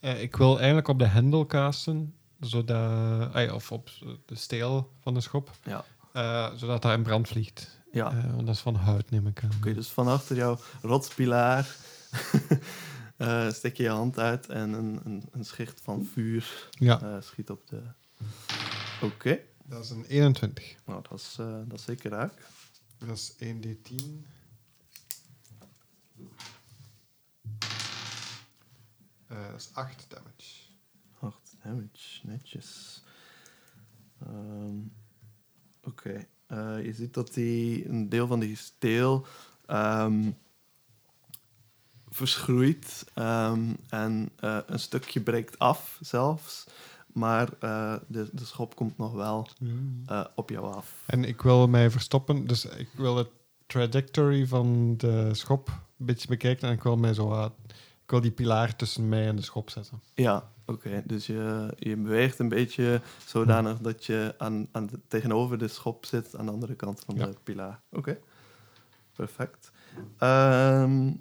S3: eh, ik wil eigenlijk op de hendel casten, zodat, ah ja, of op de steel van de schop,
S5: Ja.
S3: eh, zodat dat in brand vliegt.
S5: Ja.
S3: Eh, want dat is van hout, neem ik aan.
S5: Oké, dus van achter jouw rotspilaar eh, steek je je hand uit en een, een, een schicht van vuur
S3: Ja,
S5: eh, schiet op de. Oké,
S3: dat is een 21.
S5: nou dat is, eh, dat is zeker raak.
S3: Dat is 1d10. Eh, dat is 8 damage.
S5: 8 damage, netjes. Ehm, Oké, eh, je ziet dat die, een deel van die steel ehm, verschroeit ehm, en eh, een stukje breekt af zelfs. Maar eh, de, de schop komt nog wel
S3: Hmm.
S5: eh, op jou af.
S3: En ik wil mij verstoppen, dus ik wil het trajectory van de schop een beetje bekijken en ik wil mij zo wat- ik wil die pilaar tussen mij en de schop zetten.
S5: Ja, oké. Dus je, je beweegt een beetje zodanig dat je aan, aan de- tegenover de schop zit aan de andere kant van
S3: Ja.
S5: de pilaar. Oké, perfect. Ehm,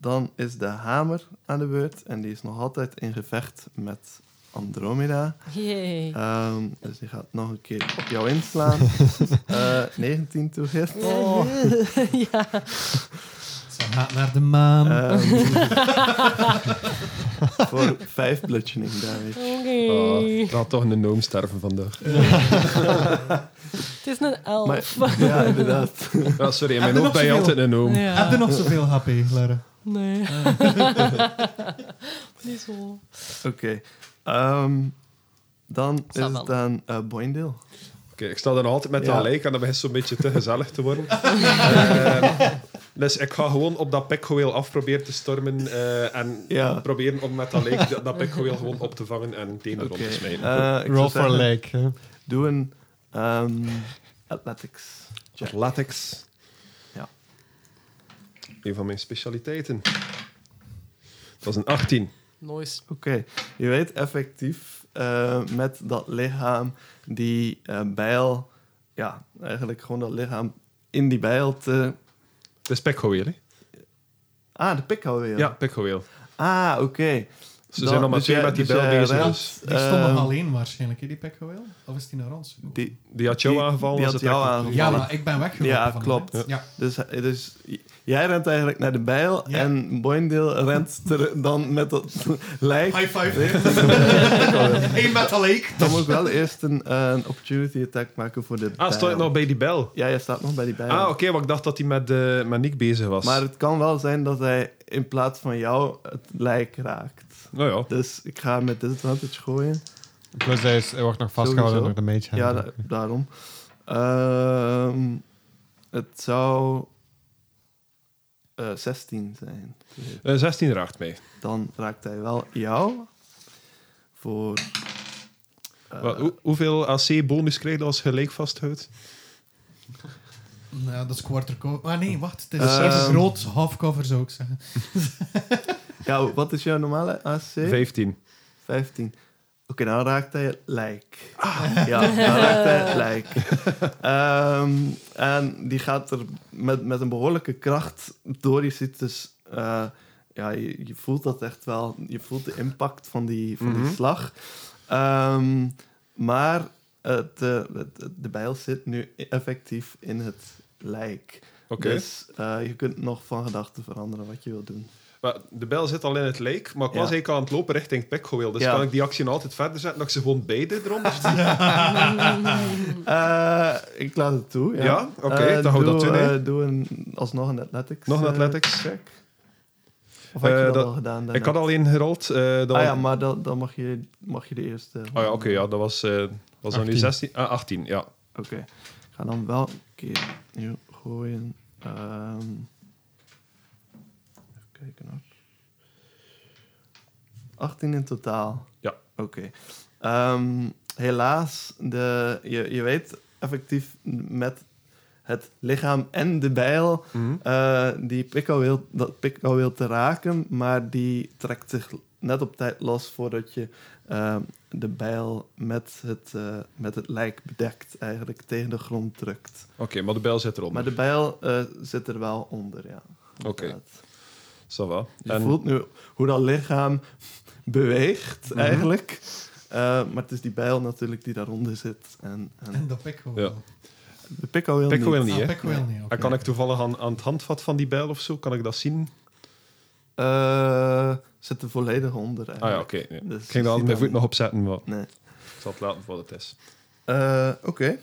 S5: dan is de hamer aan de beurt en die is nog altijd in gevecht met Andromeda.
S4: Yay.
S5: Ehm, dus die gaat nog een keer op jou inslaan. Eh 19 to hit.
S4: Oh. ja.
S1: ze gaat naar de maan.
S5: Ehm, voor 5 bludgeoning damage.
S4: Oké.
S2: Ah, ik laat toch een noom sterven vandaag.
S4: Het is een elf.
S5: Maar, ja, inderdaad.
S2: Ja, sorry, in mijn
S1: Heb je
S2: hoofd ben je
S1: nog
S2: altijd een noom.
S4: Ja.
S1: Heb je nog zoveel HP, Lara?
S4: Nee. Niet zo.
S5: Oké. ehm, dan is
S4: Zal wel.
S5: het aan eh Boindeel.
S2: Oké, ik sta er nog altijd met
S5: Ja.
S2: dat lijk en dat begint zo'n beetje te gezellig te worden. Eh, Dus ik ga gewoon op dat pikgoeel af proberen te stormen eh, en
S5: Ja.
S2: proberen om met dat lijk dat, dat pikgoeel gewoon op te vangen en meteen
S5: Oké.
S2: erop te smijten.
S5: Eh, ik zou
S3: Roll for
S5: zeggen,
S3: leg. hè.
S5: Doe een ehm, athletics. check.
S2: Latex.
S5: Ja.
S2: Een van mijn specialiteiten. Dat is een 18.
S4: Nice.
S5: Oké, je weet effectief eh, met dat lichaam die eh, bijl, ja, eigenlijk gewoon dat lichaam in die bijl te.
S2: Het is pikgoeel, hè?
S5: Ah, de pikhouw weer.
S2: Ja, pikgoeel.
S5: Ah, oké.
S2: Ze
S5: Dan-
S2: zijn nog maar
S5: dus
S2: twee
S5: jij-
S2: met die
S5: dus
S2: bel
S5: jij
S2: bezig.
S5: rent,
S2: dus
S1: Die stond nog
S5: ehm,
S1: alleen waarschijnlijk, hè, die Pekhoel. Of is die naar ons? gekomen?
S5: Die,
S2: Die had jou
S5: die-
S2: aangevallen. dus
S5: die
S2: als het
S5: had jou
S2: echt-
S5: aangevallen.
S1: Ja, maar ik ben weggelopen.
S5: Ja,
S1: van
S5: klopt.
S1: hem, hè. Ja.
S5: Dus, dus j- jij rent eigenlijk naar de bijl
S1: Ja.
S5: en Boindeel rent ter- dan met dat lijk.
S1: High five. Eén met dat leek.
S5: Dan moet ik wel eerst een, eh, een opportunity attack maken voor de
S2: Ah, stond ik nog bij die bel?
S5: Ja, jij staat nog bij die bijl.
S2: Ah, oké, want ik dacht dat hij met, eh met Nick bezig was.
S5: Maar het kan wel zijn dat hij in plaats van jou het lijk raakt.
S2: Nou ja,
S5: Dus ik ga hem met disadvantage gooien.
S3: Plus hij, is, hij wordt nog vastgehouden
S5: Sowieso.
S3: door de mage.
S5: Ja, da- daarom. Ehm, het zou eh, 16 zijn.
S2: eh, 16 raakt mij.
S5: Dan raakt hij wel jou. Voor... eh,
S2: Wat, hoe- hoeveel AC-bonus krijg je als je gelijk vasthoudt?
S1: Nou, dat is quarter cover. Maar nee, wacht. Het is
S5: Ehm.
S1: even groot half cover, zou ik zeggen.
S5: ja, wat is jouw normale AC?
S2: 15.
S5: 15. Oké, dan raakt hij het lijk.
S2: Ah.
S5: Ja, dan raakt hij het lijk. Ehm, en die gaat er met, met een behoorlijke kracht door. Je ziet dus... eh, ja, je, je voelt dat echt wel. Je voelt de impact van die, van
S2: Mhm.
S5: die slag. Ehm, maar het, eh, het- het- de bijl zit nu effectief in het lijk.
S2: Oké.
S5: Dus eh, je kunt nog van gedachten veranderen wat je wilt doen.
S2: Maar De bel zit al in het lijk, maar ik
S5: Ja.
S2: was eigenlijk al aan het lopen richting Pekgoeel. Dus
S5: Ja.
S2: kan ik die actie nou altijd verder zetten dat ik ze gewoon beide eronder zet?
S5: Eh, ik laat het toe. Ja,
S2: Ja? Oké,
S5: Eh,
S2: dan hou
S5: doe,
S2: dat in, hè.
S5: eh, doe een, alsnog een athletics.
S2: Nog een
S5: eh,
S2: athletics?
S5: check. Of had je
S2: Eh,
S5: dat,
S2: dat-
S5: al gedaan?
S2: ik had alleen gerold. eh dat
S5: Ah ja, maar dan, dan mag, je, mag je de eerste.
S2: Ah ja, oké, ja, dat was, eh was dan nu
S3: 18.
S2: 16, ah, 18. Ja.
S5: Oké. Ik ga dan wel een keer nieuw gooien. Ehm, even kijken hoor. 18 in totaal.
S2: Ja.
S5: Oké. Ehm, helaas, de, je, je weet effectief met het lichaam en de bijl eh, die Pico wil, dat Pico wil te raken, maar die trekt zich net op tijd los voordat je eh, de bijl met het, eh, met het lijk bedekt, eigenlijk tegen de grond drukt.
S2: Oké, maar de bel zit eronder.
S5: Maar de bijl eh, zit er wel onder, ja.
S2: Oké,
S5: inderdaad.
S2: ça va.
S5: Je
S2: En-
S5: voelt nu hoe dat lichaam beweegt,
S2: Mhm.
S5: eigenlijk. Eh, maar het is die bijl natuurlijk die daaronder zit. En,
S1: En
S5: en
S1: dat Pekhoel.
S2: Ja.
S5: de Pico wil
S2: Pico wil
S5: niet.
S2: niet,
S1: Ah,
S2: hè?
S1: Pekhoel niet, oké.
S2: En kan ik toevallig aan, aan het handvat van die bijl of zo, kan ik dat zien?
S5: Eh, zit er volledig onder,
S2: Ah
S5: eigenlijk.
S2: ja, oké. nee.
S5: Dus
S2: ik ging daar
S5: je
S2: altijd mijn
S5: ziet
S2: voet nog op zetten, maar
S5: Nee.
S2: ik zal het laten voor het is.
S5: Eh, Oké.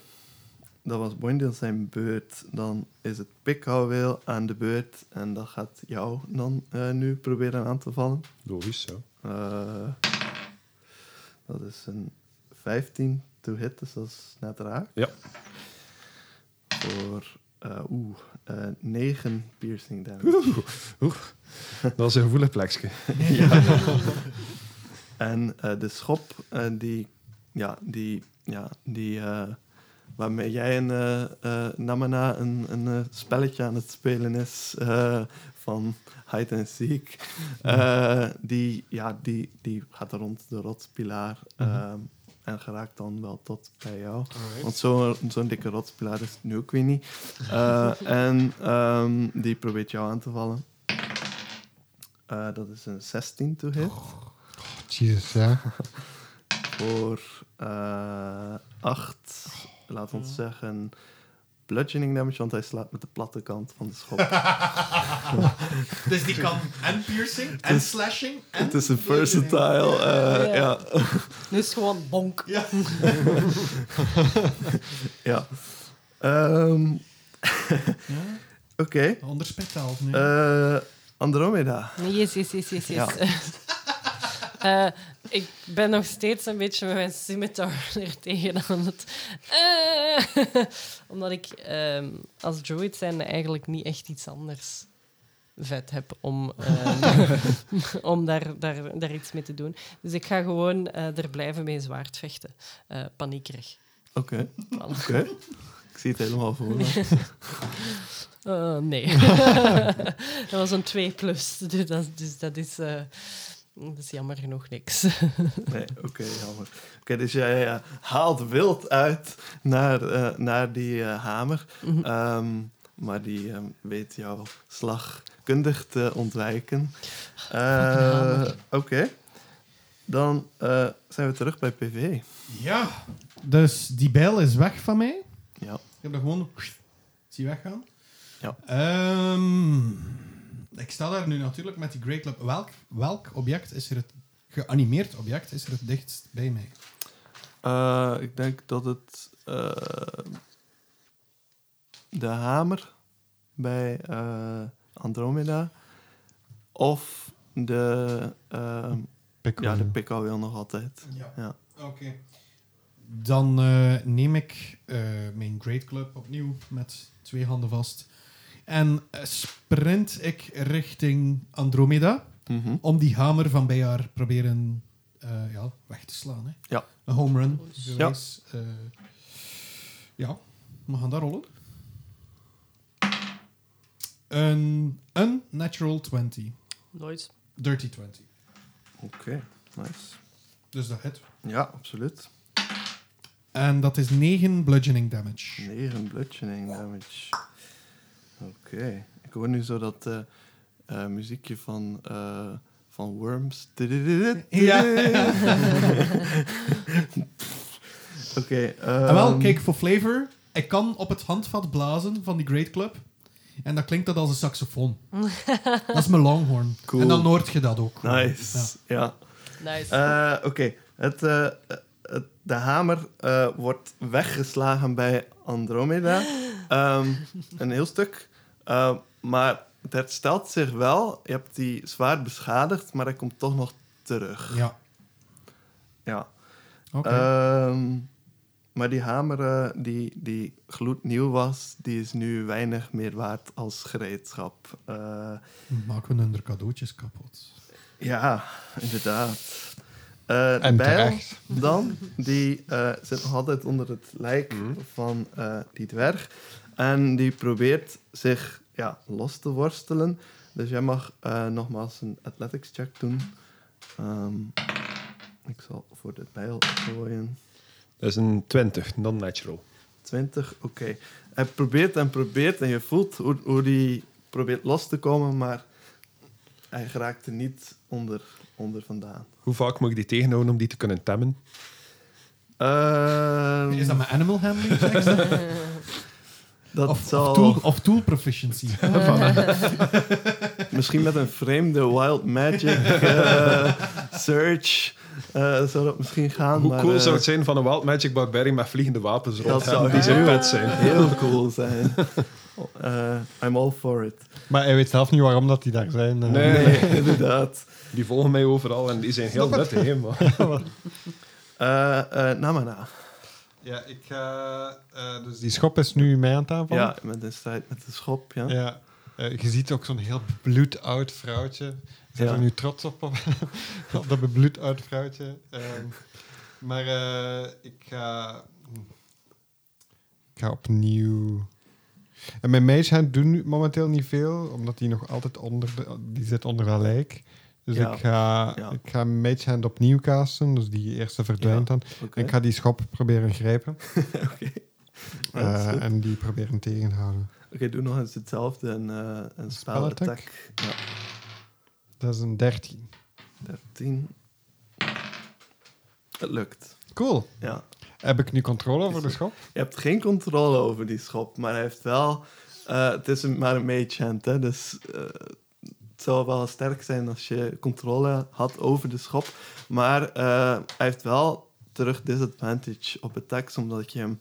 S5: Dat was Boindeel zijn beurt. Dan is het Pikhouweel aan de beurt. En dat gaat jou dan eh, nu proberen aan te vallen.
S2: Logisch, ja.
S5: Eh, dat is een 15 to hit, dus dat is net raak.
S2: Ja.
S5: Voor eh oeh, eh 9 piercing damage.
S2: Dat is een gevoelig plekje.
S5: En eh, de schop eh, die, ja, die, ja, die, eh, waarmee jij en eh eh, Namana een, een eh, spelletje aan het spelen is eh, van hide and seek, eh, die, ja, die, die gaat rond de rotspilaar eh, en geraakt dan wel tot bij jou. Want zo'n zo'n dikke rotspilaar is het nu ook weer niet. Eh, en ehm, die probeert jou aan te vallen. Eh, dat is een 16 to hit
S3: Jezus, ja.
S5: voor eh 8, laat ons zeggen, bludgeoning damage, want hij slaat met de platte kant van de schop.
S1: Dus die kan en piercing, en slashing, en...
S5: Het is een versatile, eh,
S4: Ja.
S5: ja.
S4: Nu is het gewoon bonk.
S1: Ja.
S5: ja. Ehm,
S1: ja.
S5: Oké,
S1: Onder spectaal, nee.
S5: eh, Andromeda.
S4: Yes, yes, yes, yes, yes.
S5: Ja.
S4: Eh, ik ben nog steeds een beetje met mijn scimitar er tegen aan het... Eh, omdat ik ehm, als druid zijn eigenlijk niet echt iets anders vet heb om, ehm, om daar, daar, daar iets mee te doen. Dus ik ga gewoon eh, er blijven mee zwaard vechten. Eh, paniekerig.
S5: Oké,
S4: Voilà.
S5: oké. Ik zie het helemaal voor me.
S4: Eh, nee. dat was een 2 plus. Dus dat, dus dat is... eh, dat is jammer genoeg niks.
S5: Nee, oké, jammer. Oké, dus jij eh, haalt wild uit naar, eh, naar die eh, hamer.
S4: Mhm.
S5: Ehm, maar die ehm, weet jouw slagkundig te ontwijken. Eh,
S4: hamer.
S5: oké. Dan eh, zijn we terug bij PV.
S1: Ja, dus die bijl is weg van mij.
S5: Ja.
S1: Ik heb dat gewoon zie weggaan.
S5: Ja.
S1: Ehm, ik sta daar nu natuurlijk met die Grey Club. Welk, welk object is er het geanimeerd object is er het dichtst bij mij?
S5: Eh, ik denk dat het eh, de hamer bij eh, Andromeda of de, eh,
S3: Pico.
S5: ja, de Pico wil nog altijd.
S1: Ja.
S5: Ja.
S1: Oké. Dan eh, neem ik eh, mijn Great Club opnieuw met twee handen vast. En eh, sprint ik richting Andromeda
S5: Mhm.
S1: om die hamer van bij haar proberen eh, ja, weg te slaan. Hè.
S5: Ja.
S1: Een home run.
S5: Ja.
S1: Ja. ja, we gaan daar rollen. Een unnatural 20.
S4: Nooit.
S1: Dirty 20.
S5: Oké, nice.
S1: Dus dat hit.
S5: Ja, absoluut.
S1: En dat is 9 bludgeoning damage.
S5: 9 bludgeoning damage. Oké. Ik hoor nu zo dat eh, eh, muziekje van, eh, van Worms.
S1: Ja.
S5: Oké.
S1: En Ah, wel,
S5: ehm,
S1: kijk, voor flavor, ik kan op het handvat blazen van die Great Club. En dan klinkt dat als een saxofoon. dat is mijn longhorn.
S5: Cool.
S1: En dan hoort je dat ook.
S5: Nice. ja.
S4: Nice.
S5: Eh, Oké, het, eh, het- de hamer eh, wordt weggeslagen bij Andromeda. Ehm, een heel stuk. Ehm, maar het herstelt zich wel. Je hebt die zwaar beschadigd, maar hij komt toch nog terug.
S1: Ja, ja.
S5: Ja.
S1: oké.
S5: Ehm, maar die hamer eh, die, die gloednieuw was, die is nu weinig meer waard als gereedschap. Eh,
S1: Dan Maken we hun er cadeautjes kapot.
S5: ja, inderdaad. Eh,
S3: En
S5: bijl-
S3: terecht.
S5: dan, die eh, zit nog altijd onder het lijk van eh, die dwerg. En die probeert zich ja, los te worstelen. Dus jij mag eh, nogmaals een athletics check doen. Ehm, ik zal voor de pijl gooien.
S2: Dat is een 20, non-natural.
S5: 20, oké. Hij probeert en probeert en je voelt hoe, hoe die probeert los te komen, maar hij geraakt er niet onder, onder vandaan.
S2: Hoe vaak moet ik die tegenhouden om die te kunnen temmen?
S5: Ehm,
S1: Is dat mijn animal handling? checks?
S5: dat
S1: of,
S5: zal...
S1: of, tool, of tool proficiency?
S5: Misschien met een vreemde wild magic eh, search eh, zou dat misschien gaan.
S2: Hoe
S5: maar,
S2: cool
S5: eh,
S2: zou het zijn van een Wild Magic Barbarian met vliegende wapens rond
S5: zou
S2: hem, die zijn
S5: heel-
S2: pet zijn?
S5: Heel cool zijn. Eh, I'm all for it.
S3: Maar hij weet zelf niet waarom dat die daar zijn. eh.
S2: Nee.
S5: inderdaad.
S2: Die volgen mij overal en die zijn heel nuttig. hè, man.
S5: Eh eh na maar na.
S3: Ja, ik ga... eh, dus die schop is nu mij aan het aanvallen.
S5: Ja, met een strijd met de schop. Ja.
S3: Ja. Eh, je ziet ook zo'n heel bloedoud vrouwtje. Ze zijn
S5: Ja.
S3: er nu trots op, op, op dat bloedoud vrouwtje. Ehm, maar eh, ik ga... Ik ga opnieuw... En mijn mage hand doet nu momenteel niet veel, omdat die nog altijd onder... De, die zit onder dat lijk. Dus
S5: Ja.
S3: ik ga,
S5: Ja.
S3: ik ga mijn mage hand opnieuw casten. Dus die eerste verdwijnt dan.
S5: Oké.
S3: Ik ga die schop proberen grijpen. eh,
S5: Oké. Ja, dat is goed.
S3: en die proberen tegenhouden.
S5: Oké, doe nog eens hetzelfde. Een, eh een
S3: Spelattack?
S5: spelattack. Ja,
S3: Dat is een 13.
S5: 13. Het lukt.
S3: Cool.
S5: Ja.
S3: Heb ik nu controle over de schop?
S5: Je hebt geen controle over die schop, maar hij heeft wel. eh, het is een- maar een mage hand, hè, dus eh, het zou wel sterk zijn als je controle had over de schop. Maar eh, hij heeft wel terug disadvantage op attacks, omdat je hem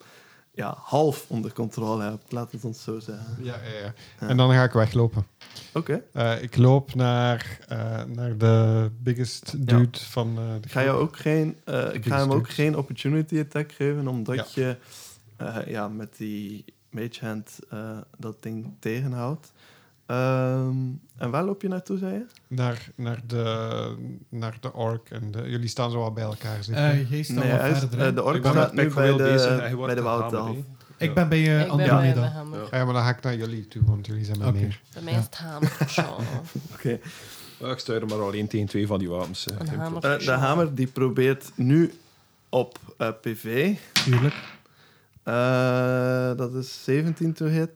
S5: ja, half onder controle hebt, laat het ons zo zeggen.
S3: Ja, ja, ja. En dan ga ik weglopen.
S5: Oké,
S3: Eh, ik loop naar, eh, naar de biggest dude van eh, de
S5: ik ga, jou
S3: groep.
S5: ook geen, eh, ik ga hem ook geen opportunity attack geven, omdat je eh, ja, met die mage hand eh, dat ding tegenhoudt. Ehm, en waar loop je naartoe, zei je?
S3: Naar, naar, de, naar de ork. En de, jullie staan zo al bij elkaar. zitten.
S1: Eh jij staat wat
S5: hij is-
S1: verder.
S5: eh,
S1: hè.
S5: de
S2: Ik
S5: ork
S2: ben
S5: staat
S2: met
S5: nu bij
S2: Pekwill bezig. Hij
S5: de,
S2: wordt
S5: bij de
S2: gehamerd,
S5: Wouddelf.
S2: hè.
S1: ik ben bij eh,
S4: Ik ben bij
S1: Andromeda.
S4: mijn hamer.
S3: Ah ja, maar dan ga ik naar jullie toe, want jullie zijn mijn
S1: Oké.
S3: meer.
S4: Bij mij is het hamertje.
S5: Oké.
S2: Ja, ik stuur er maar alleen tegen twee van die wapens. hè.
S4: Een
S2: Geen
S4: hamer.
S2: probleem.
S5: Eh, de hamer die probeert nu op eh, PV.
S1: Tuurlijk.
S5: Eh, dat is 17 to hit.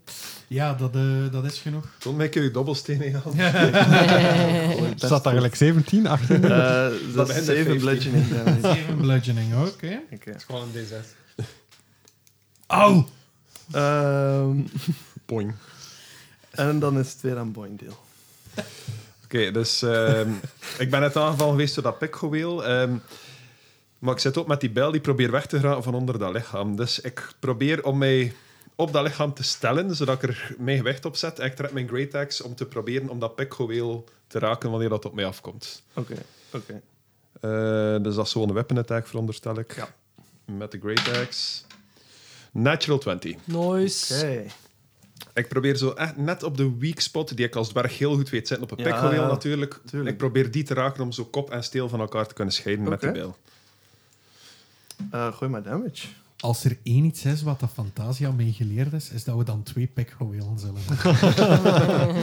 S1: Ja, dat, eh, dat is genoeg.
S2: Kom, mij kun je dobbelsteen in handen.
S5: Goeie
S3: Er
S5: best.
S3: staat eigenlijk 17 achter.
S5: Eh, dat
S2: bij
S5: is
S2: de 15.
S5: 7 bludgeoning damage.
S1: Even bludgeoning, oké.
S5: Oké.
S3: gewoon een D6.
S1: Au!
S5: Ehm,
S2: Boing.
S5: en dan is het weer aan Boindeel.
S2: Oké, dus ehm, ik ben net aangevallen geweest door dat pikgeweel. ehm, maar ik zit ook met die bijl die probeer weg te gaan van onder dat lichaam. Dus ik probeer om mij op dat lichaam te stellen, zodat ik er mijn gewicht op zet. En ik trek mijn great axe om te proberen om dat pikgeweel te raken wanneer dat op mij afkomt.
S5: Oké, oké.
S2: Eh, dus dat is zo'n weapon attack, veronderstel ik.
S5: Ja.
S2: Met de great axe. Natural 20.
S4: Nice.
S5: Oké.
S2: Ik probeer zo echt net op de weak spot, die ik als dwerg heel goed weet zitten op een
S5: Ja,
S2: pikgeweel
S5: ja.
S2: natuurlijk.
S5: Tuurlijk.
S2: Ik probeer die te raken om zo kop en steel van elkaar te kunnen scheiden met de
S5: Oké.
S2: bijl.
S5: Eh, gooi maar damage.
S1: Als er één iets is wat de Fantasia mee geleerd is, is dat we dan twee pikgewelen zullen hebben.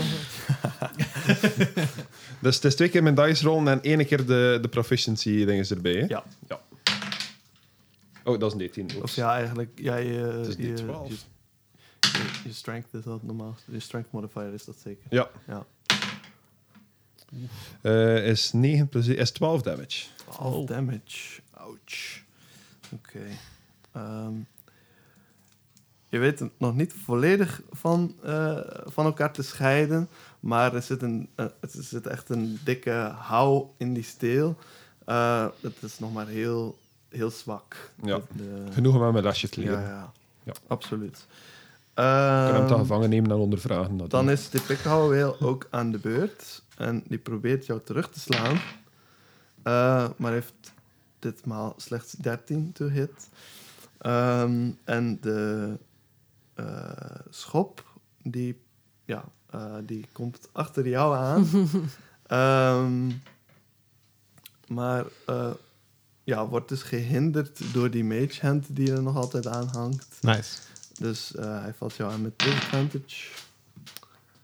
S2: Dus het is twee keer mijn dice rollen en één keer de, de proficiency dinges erbij. Hè?
S5: Ja.
S2: Oh, dat is een 18.
S5: Of ja, eigenlijk. Ja, je,
S2: Het is
S5: je,
S2: die 12.
S5: je, je strength is dat normaal. Je strength modifier is dat zeker.
S2: Ja.
S5: Ja.
S2: Eh, is, 9 plus, is 12 damage.
S5: 12 damage. Ouch. Oké. Ehm, je weet het nog niet volledig van, eh, van elkaar te scheiden. Maar er zit, een, eh, het is- er zit echt een dikke hou in die steel. Eh, het is nog maar heel, heel zwak.
S2: Ja.
S5: Dat eh, de-
S2: Genoeg om aan mijn lesje te leren.
S5: ja, ja.
S2: Ja.
S5: absoluut.
S2: Ik kan hem dan
S5: Ehm,
S2: gevangen nemen en ondervragen. Dat
S5: dan is de pikhouweel ook aan de beurt. En die probeert jou terug te slaan. Eh, maar heeft ditmaal slechts 13 to hit. Ehm, en de eh, schop, die, ja, eh, die komt achter jou aan. Ehm, maar eh, ja, wordt dus gehinderd door die mage hand die er nog altijd aan hangt.
S3: Nice.
S5: Dus eh, hij valt jou aan met disadvantage.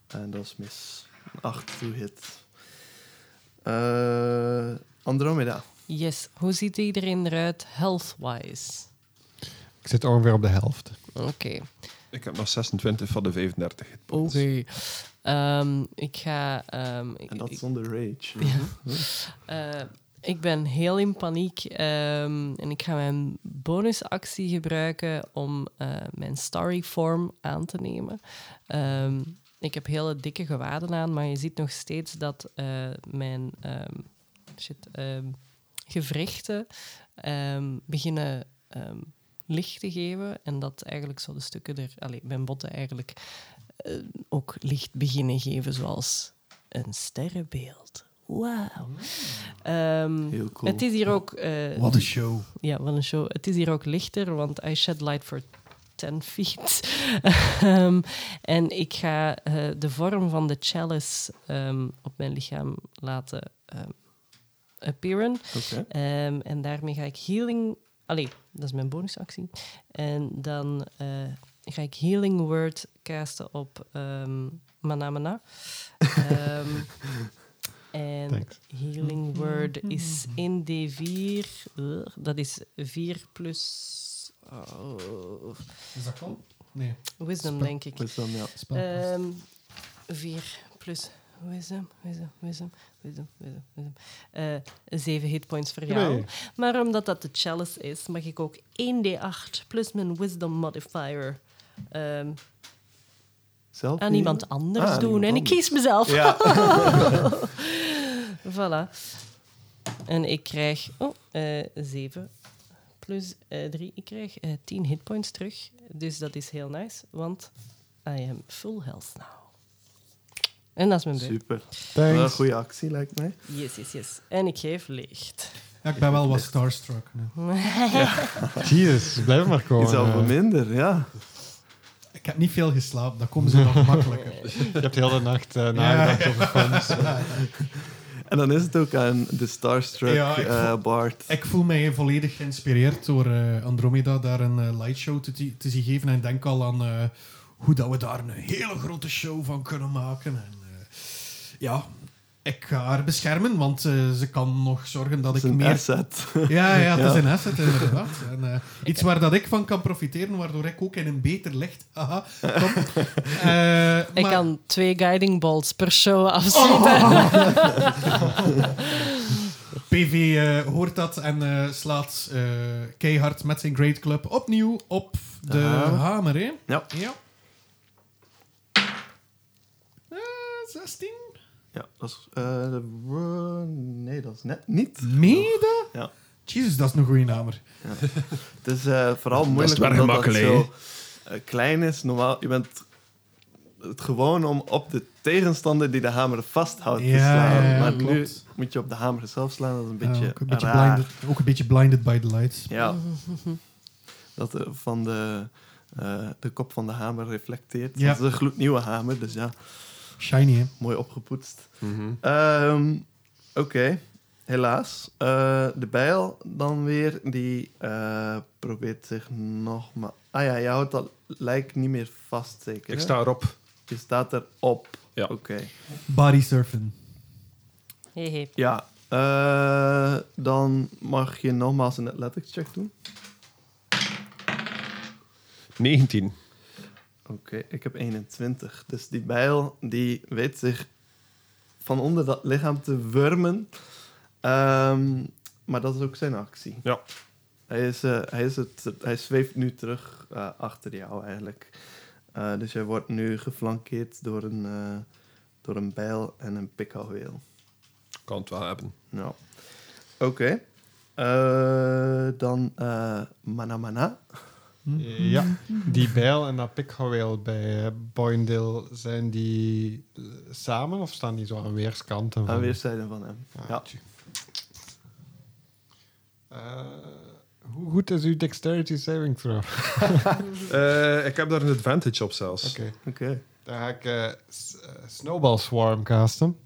S5: En dat is mis. 8 to hit. Eh, Andromeda.
S4: Yes. Hoe ziet iedereen eruit health-wise?
S3: Ik zit ongeveer op de helft.
S4: Oké.
S2: Ik heb nog 26 van de 35
S4: Oké.
S2: hitpoints.
S4: Ehm, ik ga... ehm, ik-
S5: En dat
S4: ik-
S5: zonder rage. Mhm.
S4: Eh, ik ben heel in paniek ehm, en ik ga mijn bonusactie gebruiken om eh, mijn starry form aan te nemen. Ehm, ik heb hele dikke gewaden aan, maar je ziet nog steeds dat eh, mijn ehm, shit, ehm, gewrichten ehm, beginnen ehm, licht te geven en dat eigenlijk zo de stukken er, allee, mijn botten eigenlijk eh, ook licht beginnen geven, zoals een sterrenbeeld. Wauw. Ehm,
S5: Heel cool.
S4: Het is hier ook. eh,
S1: Wat een show.
S4: ja, wat een show. Het is hier ook lichter, want I shed light for 10 feet. Ehm, en ik ga eh, de vorm van de chalice ehm, op mijn lichaam laten ehm, appearen.
S5: Oké.
S4: Ehm, en daarmee ga ik healing... Allee, dat is mijn bonusactie. En dan eh, ga ik healing word casten op ehm Mana Mana. Ehm, en
S3: Thanks.
S4: healing word is 1d4. Ugh, dat is 4 plus... oh,
S1: Is dat cool? Nee.
S4: wisdom, denk ik.
S5: Dus dan, ja.
S1: Spel.
S4: Ehm, vier plus wisdom, wisdom, wisdom, wisdom, wisdom, wisdom. Eh, zeven hitpoints voor jou.
S3: Nee.
S4: Maar omdat dat de chalice is, mag ik ook 1d8 plus mijn wisdom modifier ehm,
S5: Zelf
S4: aan
S5: niet?
S4: iemand anders
S5: Ah, aan
S4: doen.
S5: iemand
S4: en ik
S5: anders.
S4: kies mezelf.
S5: Ja.
S4: Voilà. En ik krijg oh, eh, zeven plus 3. ik krijg eh 10 hitpoints terug. Dus dat is heel nice, want I am full health now. En dat is mijn beurt.
S5: Super. Wel een
S3: Thanks.
S5: goede actie, lijkt mij.
S4: Yes, yes, yes. En ik geef licht.
S1: Ja, ik ben wel wat starstruck. nu.
S3: Jezus, blijf maar komen.
S5: Iets al
S3: eh.
S5: minder, ja.
S1: Ik heb niet veel geslapen, dat komt zo nog makkelijker.
S3: Je hebt heel de nacht eh, nagedacht over films.
S5: En dan is het ook aan de Starstruck
S1: Ja, ik
S5: eh,
S1: voel-
S5: Bart.
S1: Ik voel mij volledig geïnspireerd door eh, Andromeda daar een eh, lightshow te, ti- te zien geven. En denk al aan eh, hoe dat we daar een hele grote show van kunnen maken. En, eh, ja, ik ga haar beschermen, want eh, ze kan nog zorgen dat
S5: Dat is
S1: ik
S5: een
S1: meer...
S5: asset.
S1: Ja, ja, het
S5: Ja.
S1: is een asset inderdaad. En, eh, iets waar dat ik van kan profiteren, waardoor ik ook in een beter licht... Haha, top. Eh,
S4: Ik
S1: maar-
S4: kan twee guiding balls per show afschieten.
S1: PV eh, hoort dat en eh, slaat eh, keihard met zijn Great Club opnieuw op de
S5: Ah.
S1: hamer. Hè?
S5: Ja.
S1: ja. Eh, 16?
S5: Ja, dat is... eh, de- eh, nee, dat is net niet.
S1: Mede?
S5: Ja.
S1: Jezus, dat is een goede hamer.
S5: Het is eh, vooral
S2: is
S5: moeilijk
S2: het werk
S5: omdat dat
S2: makkelijk,
S5: zo eh, klein is. Normaal, je bent het gewoon om op de tegenstander die de hamer vasthoudt te
S1: Ja,
S5: slaan.
S1: ja, ja,
S5: maar nu
S1: klopt.
S5: moet je op de hamer zelf slaan. Dat is een
S1: Ja,
S5: beetje
S1: Eh, ook, een beetje
S5: raar.
S1: blinded, ook een beetje blinded by the lights.
S5: Ja. Dat eh, van de, eh, de kop van de hamer reflecteert.
S1: Ja.
S5: Dat is een gloednieuwe hamer, dus ja,
S1: Shiny, hè?
S5: mooi opgepoetst.
S2: Mhm.
S5: Ehm, Oké, helaas. Eh, de bijl dan weer, die eh, probeert zich nog maar... Ah ja, jij houdt dat lijk niet meer vast, zeker?
S2: Ik
S5: hè?
S2: sta erop.
S5: Je staat erop.
S2: Ja.
S5: Oké.
S1: Body surfen.
S4: Hey, hey.
S5: Ja, eh, dan mag je nogmaals een athletics check doen.
S2: 19.
S5: Oké, ik heb 21. Dus die bijl die weet zich van onder dat lichaam te wurmen. Ehm, maar dat is ook zijn actie.
S2: Ja.
S5: Hij, is, eh, hij, is het, hij zweeft nu terug eh, achter jou eigenlijk. Eh, dus jij wordt nu geflankeerd door een, eh, door een bijl en een pikkelweel.
S2: Kan het wel hebben.
S5: Nou, oké. Eh, dan eh, Mana Mana.
S3: Ja, die bijl en dat pikhouweel bij eh, Boindel, zijn die eh, samen of staan die zo aan weerskanten? van-
S5: Aan weerszijden van hem.
S3: Ah,
S5: Ja.
S3: tjie. Eh, hoe goed is uw dexterity saving throw? Oké,
S2: Eh, ik heb daar een advantage op zelfs.
S5: Oké.
S3: dan ga ik eh, s- eh, Snowball Swarm casten.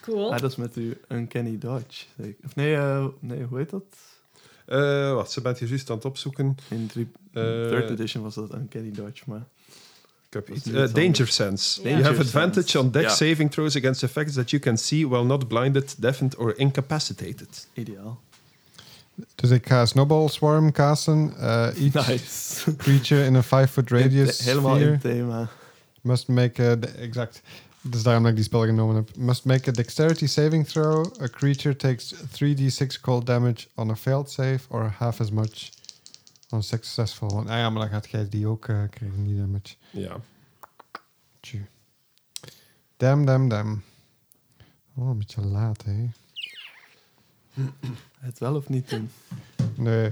S4: Cool.
S5: Ah, dat is met uw Uncanny Dodge. zeker. Of nee, eh, nee, hoe heet dat?
S2: Eh, wacht, ze bent hier juist aan het opzoeken.
S5: In drie-
S2: Eh,
S5: third edition was dat Uncanny Dodge, maar...
S2: Ik heb
S5: Dat is
S2: iets.
S5: nu
S2: Eh,
S5: iets
S2: danger
S5: anders.
S2: sense.
S4: Danger
S2: you have
S5: sense.
S2: advantage on deck
S5: Ja.
S2: saving throws against effects that you can see while not blinded, deafened or incapacitated.
S5: Ideaal.
S3: Dus ik ga Snowball Swarm casten. Eh, each
S5: Nice.
S3: creature in a 5-foot radius
S5: Helemaal
S3: sphere
S5: in thema.
S3: must make a... de- exact. Dus daarom dat ik die spel genomen heb. Must make a dexterity saving throw. A creature takes 3d6 cold damage on a failed save or half as much on a successful one. Ah ja, maar dan gaat jij die ook eh, krijgen, die damage.
S2: Ja.
S3: Tju. Damn, damn, damn. Oh, een beetje laat, hè?
S5: Het wel of niet doen?
S3: Nee,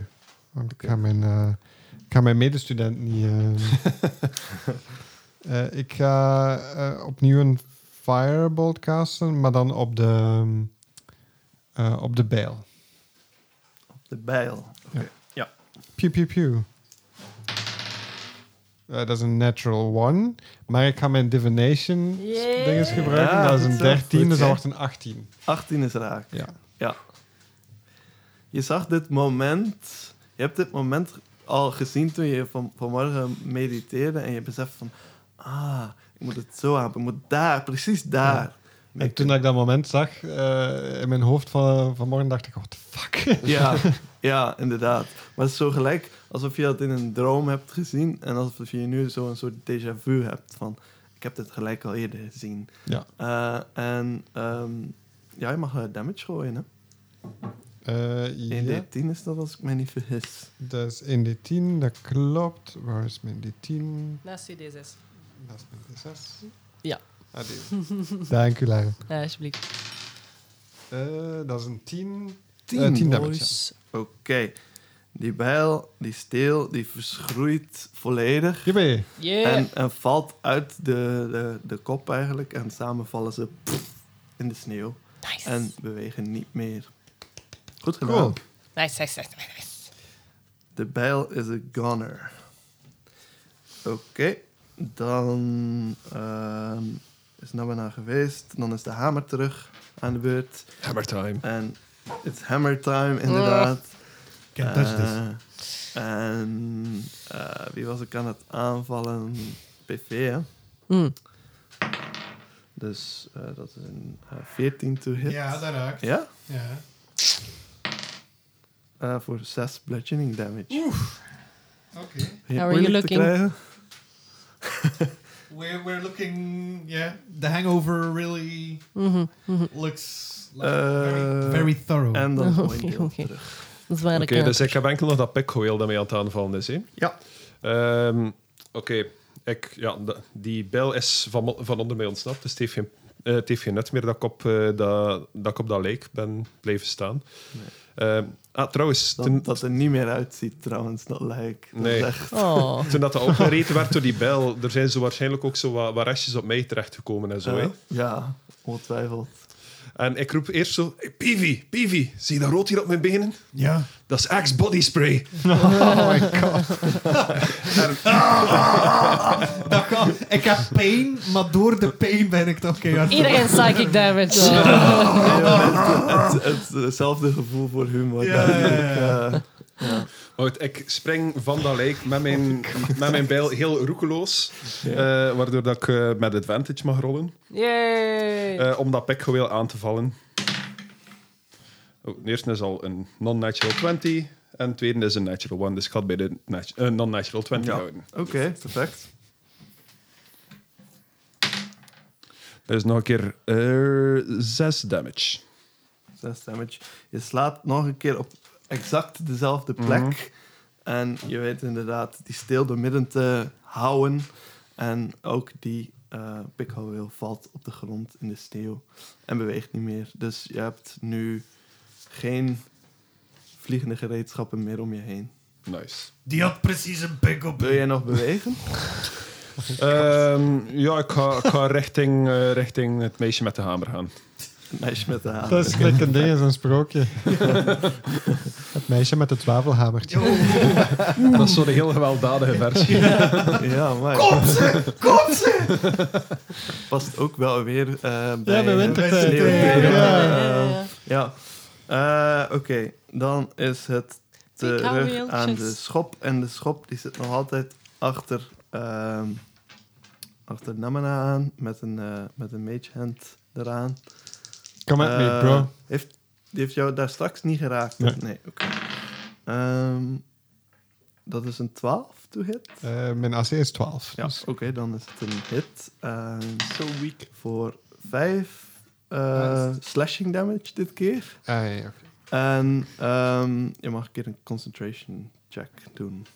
S3: want ik ga mijn, eh, ik ga mijn medestudent niet... eh. Eh, ik ga eh, opnieuw een firebolt casten, maar dan op de, ehm, eh, op de bijl.
S5: De bijl.
S3: Pew, pew, pew. Eh, dat is een natural one. Maar ik ga mijn divination
S4: Yeah.
S3: dinges gebruiken.
S5: Ja,
S3: dat is
S5: dat
S3: een
S5: is wel
S3: 13,
S5: goed,
S3: dus dat
S5: hè?
S3: wordt een 18.
S5: 18 is raak.
S3: Ja.
S5: Ja. Je zag dit moment... Je hebt dit moment al gezien toen je van, vanmorgen mediteerde en je beseft van... Ah, ik moet het zo aan. Ik moet daar, precies daar.
S3: En toen dat ik dat moment zag, eh, in mijn hoofd van, vanmorgen dacht ik, what the fuck?
S5: Ja, ja, inderdaad. Maar het is zo gelijk alsof je dat in een droom hebt gezien en alsof je nu zo'n soort déjà vu hebt van ik heb dit gelijk al eerder gezien.
S3: ja.
S5: Eh, en ehm, ja, je mag eh, damage gooien, hè?
S3: Eh,
S5: 1
S3: ja,
S5: d 10 is dat als ik me niet vergis.
S3: dat is 1d10, dat klopt. Waar is mijn d10?
S4: Naast u D6.
S3: Dat is mijn d6.
S4: Ja.
S3: Ah, die. Dank u, Lara.
S4: Ja, alsjeblieft.
S3: Eh, dat is een 10.
S5: 10?
S3: Eh, 10 damage.
S4: Boys.
S5: Oké. Die bijl, die steel, die verschroeit volledig.
S3: Hier ben je.
S4: Yeah.
S5: En, en valt uit de, de, de kop eigenlijk. En samen vallen ze pff, in de sneeuw.
S4: nice.
S5: En bewegen niet meer. Goed gedaan.
S3: Cool.
S4: nice. Nice, nice, nice.
S5: De bijl is een goner. Oké, dan ehm, is Nabana geweest. Dan is de hamer terug aan de beurt.
S2: Hammer time.
S5: En it's hammer time, inderdaad.
S1: Can't touch this.
S5: Eh, En eh, wie was ik aan het aanvallen? PV, hè?
S4: Mm.
S5: Dus eh, dat is een eh, 14 to hit.
S1: Ja, dat raakt. Ja.
S5: Ja? Eh, voor 6 bludgeoning damage.
S1: Oké.
S4: How are
S5: Heel
S4: you
S5: moeilijk te
S4: looking?
S5: krijgen.
S1: We're, we're looking... Yeah, the hangover really
S4: Mhm, mhm.
S1: looks like
S5: Eh,
S1: very, very thorough.
S5: En dan
S4: Oké,
S5: point deel
S4: oké.
S5: terug.
S4: Dat is waar
S2: Oké, dus ik heb enkel nog dat pikgoeel dat mij aan het aanvallen is. Hè?
S5: eh, Ja.
S2: Ehm, Oké, ik- ja, da- die bijl is van, van onder mij ontsnapt, dus het heeft geen, eh, het heeft geen nut meer dat ik op, eh, dat, dat, ik op dat lijk ben blijven staan. Ehm, ah, trouwens,
S5: Dat,
S2: toen,
S5: dat er niet meer uitziet trouwens, dat lijkt. Dat
S2: Nee.
S5: is echt-
S4: Oh.
S2: toen dat dat opgereten werd door die bijl, er zijn ze waarschijnlijk ook zo wat, wat restjes op mij terechtgekomen en zo. hè.
S5: eh, Ja, ongetwijfeld.
S2: En ik roep eerst zo, hey, Peavy, Peavy, zie je dat rood hier op mijn benen?
S1: ja.
S2: Dat is Axe Body Spray.
S3: Oh my god.
S1: Dat kan. ah, Ik heb pijn, maar door de pijn ben ik toch keihard.
S4: Iedereen psychic damage.
S5: Het, het, hetzelfde gevoel voor humor.
S1: Ja, ja, ja.
S5: Eh,
S2: Goed, ik spring van dat lijk met mijn, met mijn bijl heel roekeloos. eh, waardoor dat ik eh, met advantage mag rollen.
S4: Yay.
S2: eh, om dat pikgeweel aan te vallen. Oh, de eerste is al een non-natural 20. En de tweede is een natural 1. Dus ik ga het bij de nat- eh, non-natural 20
S5: Ja.
S2: houden.
S5: Oké, perfect.
S2: Dat is nog een keer eh 6 damage.
S5: Zes damage. Je slaat nog een keer op exact dezelfde plek.
S3: Mhm.
S5: En je weet inderdaad die steel doormidden te houden. En ook die eh pikhouweel valt op de grond in de sneeuw. En beweegt niet meer. Dus je hebt nu geen vliegende gereedschappen meer om je heen.
S2: Nice.
S1: Die had precies een pik op.
S5: Wil jij nog bewegen?
S2: Ehm, ja, ik ga, ik ga richting, eh, richting het meisje met de hamer gaan.
S5: Een Meisje met de
S1: Ah,
S5: hamer.
S3: Dat is gelijk een ding, dat is een sprookje. Het meisje met het zwavelhamertje.
S1: Yo,
S2: Dat is zo'n heel gewelddadige versie.
S5: Ja, maar...
S1: Kom ze! Kom ze!
S5: Past ook wel weer eh, bij...
S3: bij wintertijd.
S5: sneeuw.
S1: Ja,
S4: Ja, ja,
S5: Eh,
S4: ja, ja.
S5: ja. Eh, Oké, dan is het terug aan de
S4: Pikhoutwieltjes.
S5: schop. En de schop die zit nog altijd achter, ehm, achter Namana aan. Met een, eh met een mage hand eraan.
S3: Come at me,
S5: Eh,
S3: bro.
S5: Heeft, die heeft jou daar straks niet geraakt? hè?
S3: Nee.
S5: Nee, oké. Ehm, dat is een 12 to hit.
S3: Eh, mijn AC is 12.
S5: Ja,
S3: dus-
S5: oké, dan is het een hit. so weak. Voor 5 eh, slashing damage dit keer.
S3: Ah, ja, oké.
S5: En ehm, je mag een keer een concentration check doen.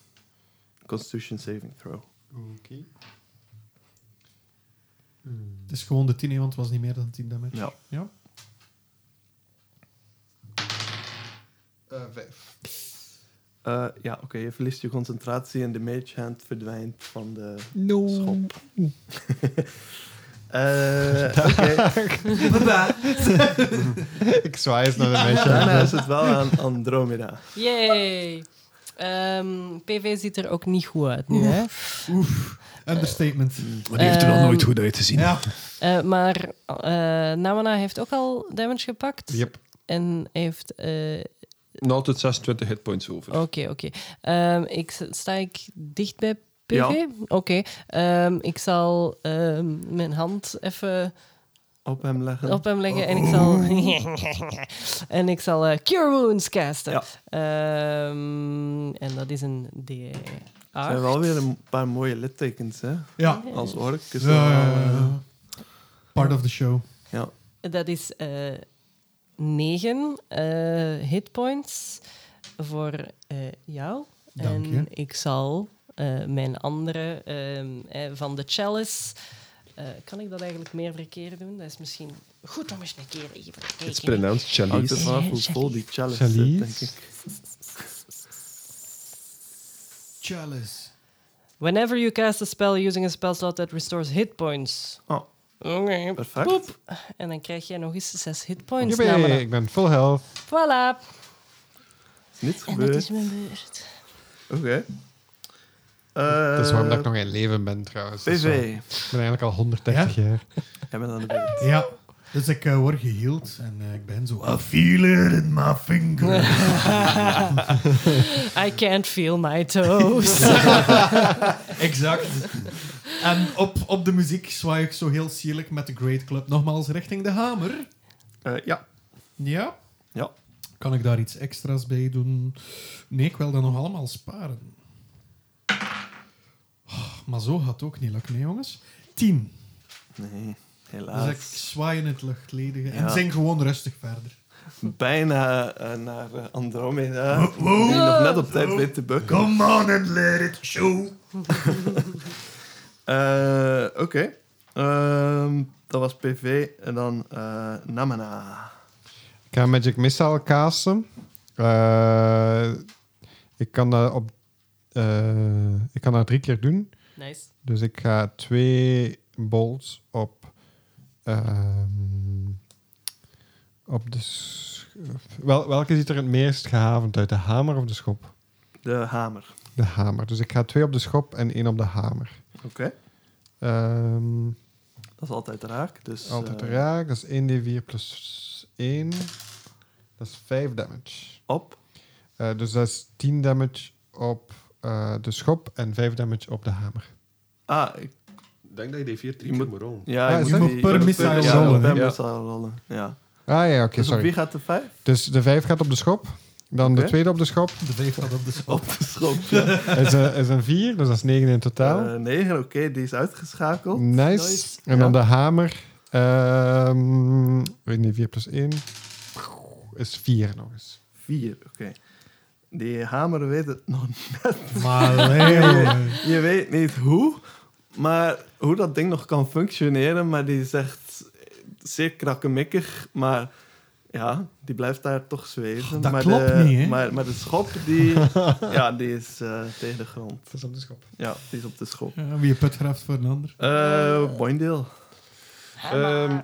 S5: Constitution saving throw.
S1: Het is gewoon de 10, hè, want het was niet meer dan 10 damage.
S5: Ja.
S1: Ja.
S3: Eh, vijf.
S5: Eh, ja, oké, je verliest je concentratie en de mage hand verdwijnt van de
S3: No.
S5: schop. Eh, oké,
S3: Ik zwaai eens naar een meisje.
S5: daarna is het wel aan Andromeda.
S4: Yay. Ehm, PV ziet er ook niet goed uit nu, hè?
S1: Oef, understatement.
S2: Maar die heeft er nog
S4: Ehm,
S2: nooit goed uit te zien.
S1: Ja.
S4: Eh, maar eh, Namana heeft ook al damage gepakt.
S3: Yep.
S4: En heeft... eh,
S2: Nou, tot 26 hitpoints over.
S4: Oké, oké. Ehm, ik s- sta ik dicht bij PV?
S5: Ja.
S4: Oké. Ehm, ik zal ehm, mijn hand even
S5: Op hem leggen.
S4: op hem leggen en ik zal... en ik zal eh, Cure Wounds casten.
S5: Ja.
S4: Ehm, en dat is een D.
S5: Er zijn wel weer een paar mooie littekens, hè?
S1: Ja.
S5: Als ork is dat
S1: Ja, ja,
S5: wel,
S1: ja,
S5: eh,
S1: ja. Part of the show.
S5: ja.
S4: Dat is eh 9 eh, hitpoints voor eh, jou.
S1: Dank je.
S4: En ik zal eh, mijn andere ehm, eh, van de chalice. eh, kan ik dat eigenlijk meerdere keren doen? Dat is misschien goed om eens een keer even te
S2: It's
S4: kijken.
S2: pronounced
S5: Hangt er
S2: Chalice.
S5: vanaf hoe vol die chalice
S3: Chalice.
S5: zit, denk ik.
S1: Chalice.
S4: Whenever you cast a spell using a spell slot that restores hit points.
S5: Oh.
S4: Oké.
S5: Perfect.
S4: Poep. En dan krijg jij nog eens zes hit points.
S3: Joepie,
S4: namelijk.
S3: ik ben full health.
S4: Voilà.
S5: Is niet
S4: En dat
S5: gebeurd.
S4: is mijn beurt.
S5: Oké.
S3: dat is waarom dat ik
S5: Eh,
S3: nog in leven ben trouwens. Dus Dat is waar.
S5: PV.
S3: ik ben eigenlijk al 130 jaar.
S5: Jij bent aan de beurt.
S1: Ja. Dus ik eh, word geheeld en eh, ik ben zo... A feeler in my finger.
S4: I can't feel my toes.
S1: exact. En op, op de muziek zwaai ik zo heel sierlijk met de Great Club nogmaals richting de hamer.
S5: Eh, ja.
S1: Ja.
S5: Ja.
S1: Kan ik daar iets extra's bij doen? Nee, ik wil dat nog allemaal sparen. Oh, maar zo gaat het ook niet lukken, hè, jongens. Tien.
S5: Nee,
S1: Dus ik
S5: helaas.
S1: zwaai in het luchtledige en
S5: Ja.
S1: zing gewoon rustig verder.
S5: Bijna eh, naar eh, Andromeda. Die nog net op tijd weet te bukken.
S1: Come on and let it show.
S5: Eh, Oké. Ehm, dat was PV. En dan eh, Namana.
S3: Ik ga Magic Missile casten. Eh, ik, kan dat op, eh, ik kan dat drie keer doen.
S4: nice.
S3: Dus ik ga twee bolts op, ehm, op de... sch- Wel, welke ziet er het meest gehavend uit, de hamer of de schop?
S5: De hamer.
S3: De hamer. Dus ik ga twee op de schop en één op de hamer.
S5: Oké.
S3: Ehm,
S5: Dat is altijd raak. Dus,
S3: altijd
S5: eh,
S3: raak. Dat is 1d4 plus 1. Dat is 5 damage.
S5: Op.
S3: Eh, dus dat is 10 damage op eh, de schop en 5 damage op de hamer.
S5: Ah, ik,
S2: Ik denk dat je D4 drie
S5: Je
S2: keer
S5: moet-
S2: moet rollen.
S5: ja.
S3: Ah,
S5: ik
S3: is
S5: moet
S3: dat-
S5: die-
S1: per
S5: ja,
S1: missile
S5: ja,
S3: rollen,
S5: per
S2: hè?
S5: missile rollen. Ja.
S3: Ah ja, oké,
S5: Dus op
S3: sorry.
S5: wie gaat de vijf?
S3: Dus de 5 gaat op de schop. Dan
S5: Oké.
S3: de tweede op de schop.
S1: De vijf gaat op de schop.
S5: Op de schop. ja.
S3: is, een, is een 4, dus dat is 9 in totaal.
S5: Eh, negen, oké, die is uitgeschakeld.
S3: nice.
S4: nice.
S3: En dan
S5: Ja.
S3: de hamer. ehm nee, 4 plus 1 is 4 nog eens.
S5: Vier, oké. Die hamer weet het nog niet.
S1: Maar eh, leeuw.
S5: Je weet niet hoe, maar hoe dat ding nog kan functioneren, maar die is echt zeer krakkemikkig, maar ja, die blijft daar toch zweven.
S1: Dat
S5: maar
S1: klopt
S5: de,
S1: niet, hè?
S5: Maar, maar de schop, die, ja, die is eh, tegen de grond.
S3: Dat is op de schop.
S5: Ja, die is op de schop.
S1: Ja, wie je put graaft voor een ander.
S5: Eh Boindeel.
S2: Ehm,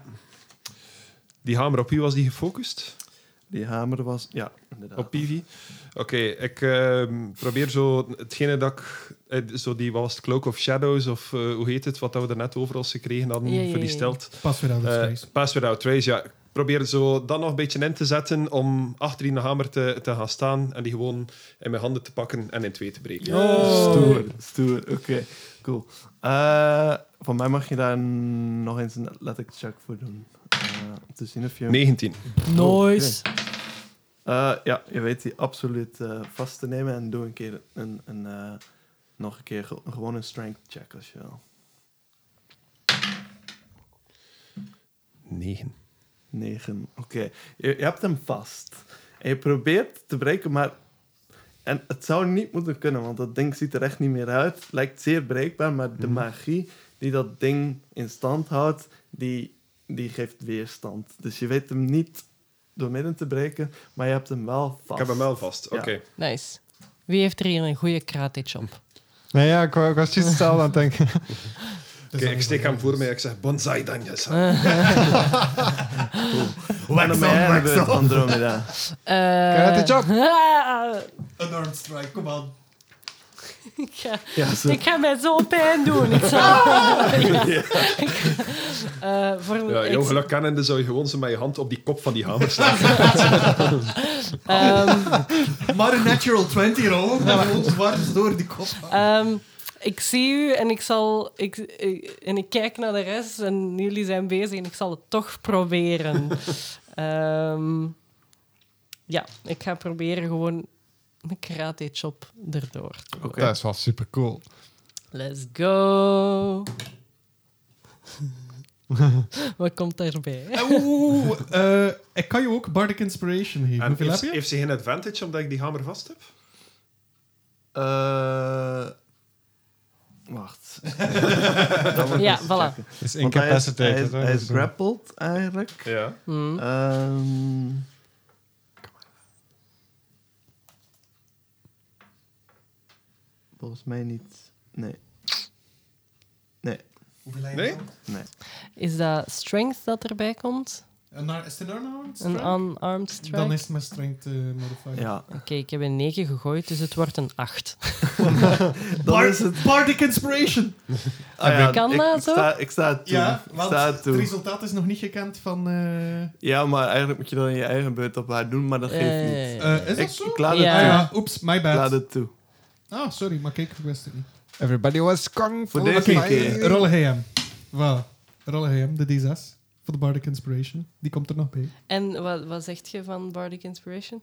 S2: die hamer, op wie was die gefocust?
S5: Die hamer was... Ja, inderdaad.
S2: Op Pivi? Oké, ik ehm, probeer zo hetgene dat ik... eh, zo die, wat was het, Cloak of Shadows of eh, hoe heet het, wat dat we daarnet overal gekregen hadden
S4: Ja, ja,
S2: voor die
S4: ja.
S2: stelt.
S1: Pas weer aan de
S2: Eh,
S1: space.
S2: Pass without trace, ja. Ik probeer zo dat nog een beetje in te zetten om achter die hamer te, te gaan staan en die gewoon in mijn handen te pakken en in twee te breken.
S5: Stoer, stoer. Oké, cool. Eh, van mij mag je daar nog eens een athletic check voor doen. Eh, om te zien of je...
S2: 19.
S4: Nice.
S5: Eh, ja, je weet die absoluut eh, vast te nemen en doe een keer een, een, eh, nog een keer ge- gewoon een strength check als je wil.
S2: 9.
S5: 9. Oké, je, je hebt hem vast. En je probeert te breken, maar. En het zou niet moeten kunnen, want dat ding ziet er echt niet meer uit. Lijkt zeer breekbaar, maar de magie die dat ding in stand houdt, die, die geeft weerstand. Dus je weet hem niet door midden te breken, maar je hebt hem wel vast.
S2: Ik heb hem wel vast. Oké.
S5: Ja.
S4: Nice. Wie heeft er hier een goede kratitje op?
S3: Nou ja, ik, wou- ik was juist hetzelfde aan het denken.
S1: Dus
S2: Oké,
S1: dan
S2: ik
S1: is
S2: steek
S1: dat-
S2: hem voor mij. Ik zeg bonsai dan. yes.
S5: En dan ben jij aan de beurt, Andromeda.
S4: Eh,
S3: Karatitje op.
S1: Unarmed strike, kom aan.
S4: ik, ga,
S5: Ja, zo.
S4: ik ga mij zo pijn doen. Ik zal... Ja. Ik- eh, voor een
S2: Ja, jouw
S4: ex-
S2: geluk kennende zou je gewoon zo met je hand op die kop van die hamer slaan.
S4: ehm,
S1: Maar een natural 20 roll. Maar gewoon dwars door die kop.
S4: ehm, ik zie u en ik zal... Ik, ik- en ik kijk naar de rest en jullie zijn bezig en ik zal het toch proberen. Ehm, ja, ik ga proberen gewoon een karate-chop erdoor te doen.
S3: Dat is wel super cool.
S4: Let's go. Wat komt daarbij?
S1: Oeh, eh, ik kan je ook Bardic Inspiration geven.
S2: en
S1: Hoeveel
S2: heeft,
S1: heb je?
S2: heeft ze geen advantage omdat ik die hamer vast heb?
S5: Eh, wacht.
S4: Ja, voilà.
S3: Is
S5: Want hij is- Hij
S3: incapacitated. dus, eh,
S5: is, hij is grappled eigenlijk.
S2: Ja.
S4: Hmm.
S5: Ehm,
S1: Hmm.
S5: Volgens mij niet. Nee.
S1: Hoeveel lijn
S2: Nee?
S1: dan?
S4: Is dat strength dat erbij komt?
S1: Een ar- Eh, Is het een unarmed
S4: Een
S1: strike?
S4: unarmed strike?
S1: Dan is het mijn strength eh, modifier.
S5: Ja.
S4: Oké, ik heb een 9 gegooid, dus het wordt een 8.
S5: Dan
S1: Bard-
S5: is het...
S1: Bardic Inspiration!
S5: Ah ja,
S4: Kan
S5: ik,
S4: dat
S5: ik
S4: zo?
S5: sta, ik sta het toe.
S1: Ja,
S5: ik
S1: want
S5: sta het
S1: het
S5: toe.
S1: resultaat is nog niet gekend van... eh,
S5: Ja, maar eigenlijk moet je dan in je eigen beurt op haar doen, maar dat geeft niet.
S1: eh, is dat
S5: ik,
S1: zo?
S5: ik laat het
S4: Ja.
S1: Ah
S5: toe.
S1: ja, oeps, my
S5: Ik
S1: bad.
S5: laat het toe.
S1: Ah, sorry, maar kijk, ik wist het niet.
S3: Everybody was kong
S5: Voor deze
S3: fire.
S5: keer.
S1: Rollen GM. Voilà. Rollen GM, de D6. Voor de Bardic Inspiration. Die komt er nog bij.
S4: En wat, wat zegt je van Bardic Inspiration?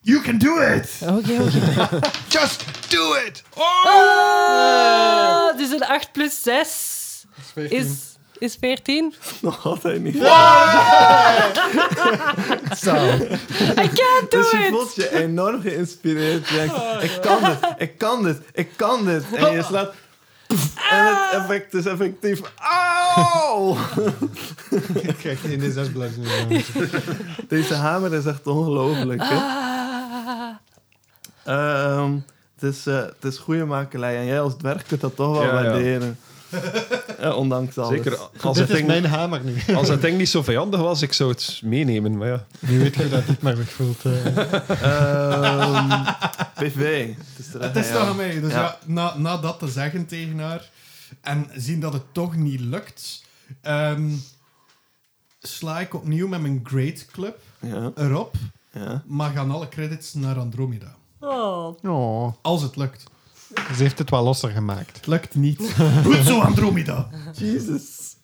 S1: You can do it!
S4: Oké, oké.
S3: Just do it! Oh!
S4: Ah, dus een 8 plus 6 is, is 14.
S5: Nog altijd niet.
S4: I can't do
S5: Dus je
S4: it!
S5: voelt je enorm geïnspireerd. Je denkt,
S1: Oh,
S5: ik kan dit, ik kan dit, ik kan dit. En je slaat... En
S1: Ah.
S5: het effect is effectief. Auw!
S3: Ik krijg in de zes bladzijden.
S5: Deze hamer is echt ongelooflijk. hè?
S4: Ah.
S5: Ehm, het, is, eh het is goede makelij. En jij als dwerg kunt dat toch wel
S2: Ja, ja.
S5: waarderen. Eh, ondanks alles.
S2: Zeker als het,
S3: Dit is
S2: ding,
S3: mijn hamer nu.
S2: als het ding niet zo vijandig was, ik zou het meenemen. Maar ja.
S3: Nu weet je dat ik maar weg voelt.
S5: Ehm, PV. Het is, er
S1: Het is
S5: echt aan
S1: toch
S5: jou.
S1: aan mij. Dus
S5: Ja.
S1: ja, na, na dat te zeggen tegen haar en zien dat het toch niet lukt, ehm, sla ik opnieuw met mijn Great Club
S5: Ja,
S1: erop,
S5: ja.
S1: maar gaan alle credits naar Andromeda.
S4: Oh.
S3: Oh,
S1: Als het lukt.
S3: ze heeft het wel losser gemaakt.
S1: Het lukt niet. Goed zo, Andromeda!
S5: Jezus.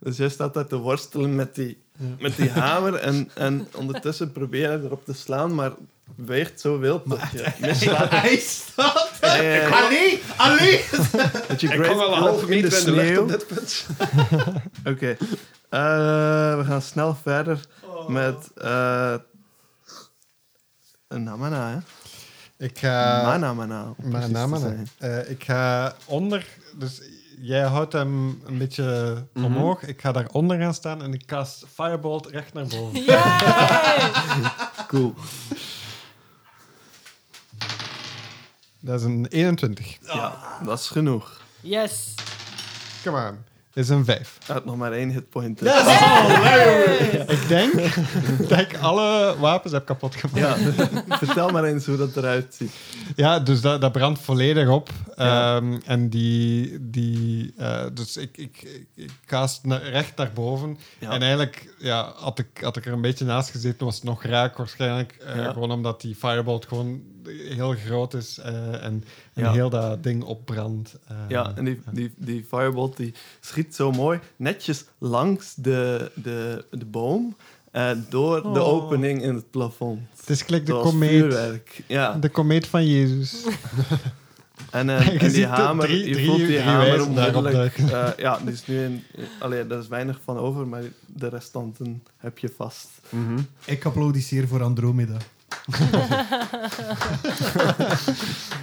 S5: Dus jij staat daar te worstelen met die, met die hamer en, en ondertussen probeer je erop te slaan, maar weegt zoveel dat je mislaat.
S1: Hij staat...
S5: Eh,
S1: Allee! Allee!
S5: met je
S2: Ik
S5: great
S2: kan wel een halve
S5: club in
S2: meter in de lucht
S5: sneeuw.
S2: op dit punt.
S5: Oké. Eh, we gaan snel verder met... eh een namana, hè?
S3: Ik ga...
S5: Manamana. om precies
S3: Mijn
S5: te
S3: naam
S5: zijn.
S3: Ik ga onder... Dus jij houdt hem een beetje omhoog. Ik ga daaronder gaan staan en ik cast Firebolt recht naar boven.
S4: Yay!
S5: Cool.
S3: Dat is een 21.
S5: Ja, dat is genoeg.
S4: Yes!
S3: Come on. Dat is een 5.
S5: Hij had nog maar één hitpoint. dus-
S3: Ik denk dat ik alle wapens heb kapot gemaakt.
S5: Ja. Vertel maar eens hoe dat eruit ziet.
S3: Ja, dus dat, dat brandt volledig op.
S5: Ja.
S3: Ehm, en die... die eh, dus ik, ik, ik, ik cast na- recht naar boven.
S5: Ja.
S3: En eigenlijk ja, had, ik, had ik er een beetje naast gezeten, was het nog raak waarschijnlijk. Eh,
S5: Ja.
S3: Gewoon omdat die firebolt gewoon heel groot is eh, en, en
S5: Ja.
S3: heel dat ding opbrandt. Eh,
S5: Ja, en die, die, die firebolt die schiet zo mooi netjes langs de, de, de boom eh, door de
S3: Oh.
S5: opening in het plafond.
S3: Het is gelijk de
S5: Zoals
S3: komeet.
S5: vuurwerk. Ja,
S3: De komeet van Jezus.
S5: en, eh,
S3: Je
S5: en die
S3: ziet de
S5: hamer,
S3: drie-
S5: je
S3: drie-
S5: voelt die
S3: drie
S5: hamer
S3: wijzen daarop
S5: onmiddellijk. eh, ja, die is nu in... Allee, daar is weinig van over, maar de restanten heb je vast.
S1: Ik applaudisseer voor Andromeda.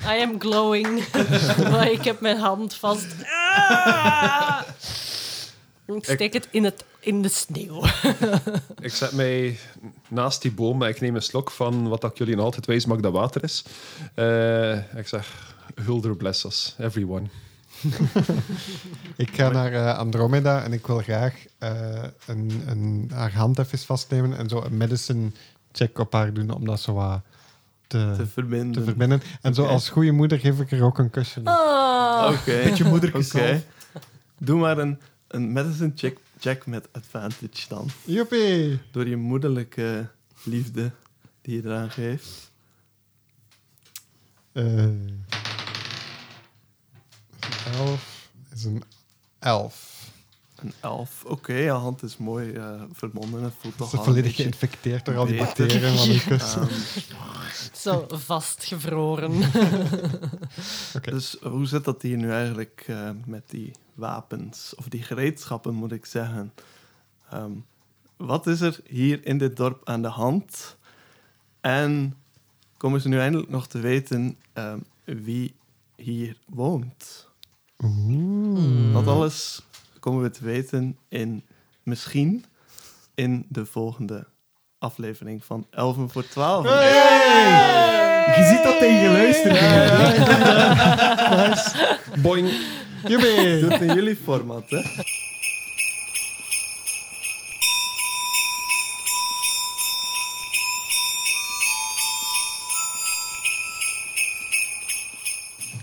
S4: I am glowing. maar ik heb mijn hand vast. Ah! Ik steek het in, het in de sneeuw.
S2: Ik zet mij naast die boom en ik neem een slok van wat dat ik jullie nog altijd wijs maak dat water is. Eh, ik zeg, Hulder bless us, everyone.
S3: Ik ga naar eh, Andromeda en ik wil graag eh, een, een, haar hand even vastnemen en zo een medicine check op haar doen om dat zo wat te,
S5: Te
S3: te,
S5: verbinden.
S3: verbinden. En zo
S5: Oké.
S3: als goede moeder geef ik er ook een kusje. op.
S4: Oh.
S5: Oké.
S3: Ah.
S1: Beetje moederke
S5: Oké.
S1: okay.
S5: Doe maar een, een medicine check, check met advantage dan.
S3: Joepie!
S5: Door je moederlijke liefde die je eraan geeft.
S3: Eh, elf is een elf.
S5: Een elf. Oké, je hand is mooi eh, verbonden. Het
S3: Dat
S5: voelt toch
S3: is
S5: al
S3: volledig
S5: een beetje-
S3: geïnfecteerd door al die
S5: beter.
S3: bacteriën van die kus.
S5: Ehm,
S4: Zo vastgevroren.
S3: Oké.
S5: Dus hoe zit dat hier nu eigenlijk eh, met die wapens? Of die gereedschappen, moet ik zeggen. Ehm, wat is er hier in dit dorp aan de hand? En komen ze nu eindelijk nog te weten ehm, wie hier woont? Dat alles komen we te weten in misschien in de volgende aflevering van 11 voor 12.
S3: Hey!
S4: Yay!
S1: Je ziet dat hij geluisterd heeft.
S2: Boing.
S3: Jubé!
S5: Doe het in jullie format, hè?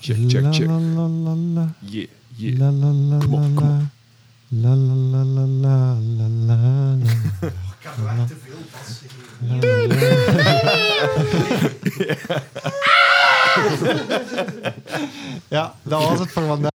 S2: Check, check, check.
S3: La, la, la, la,
S2: Yeah, yeah.
S3: la, la, la,
S2: Kom op,
S3: la,
S2: kom
S3: la. La, la, la, la, la, la, la, la.
S1: Ik heb wel te veel pas
S3: Ja, dat was het voor vandaag.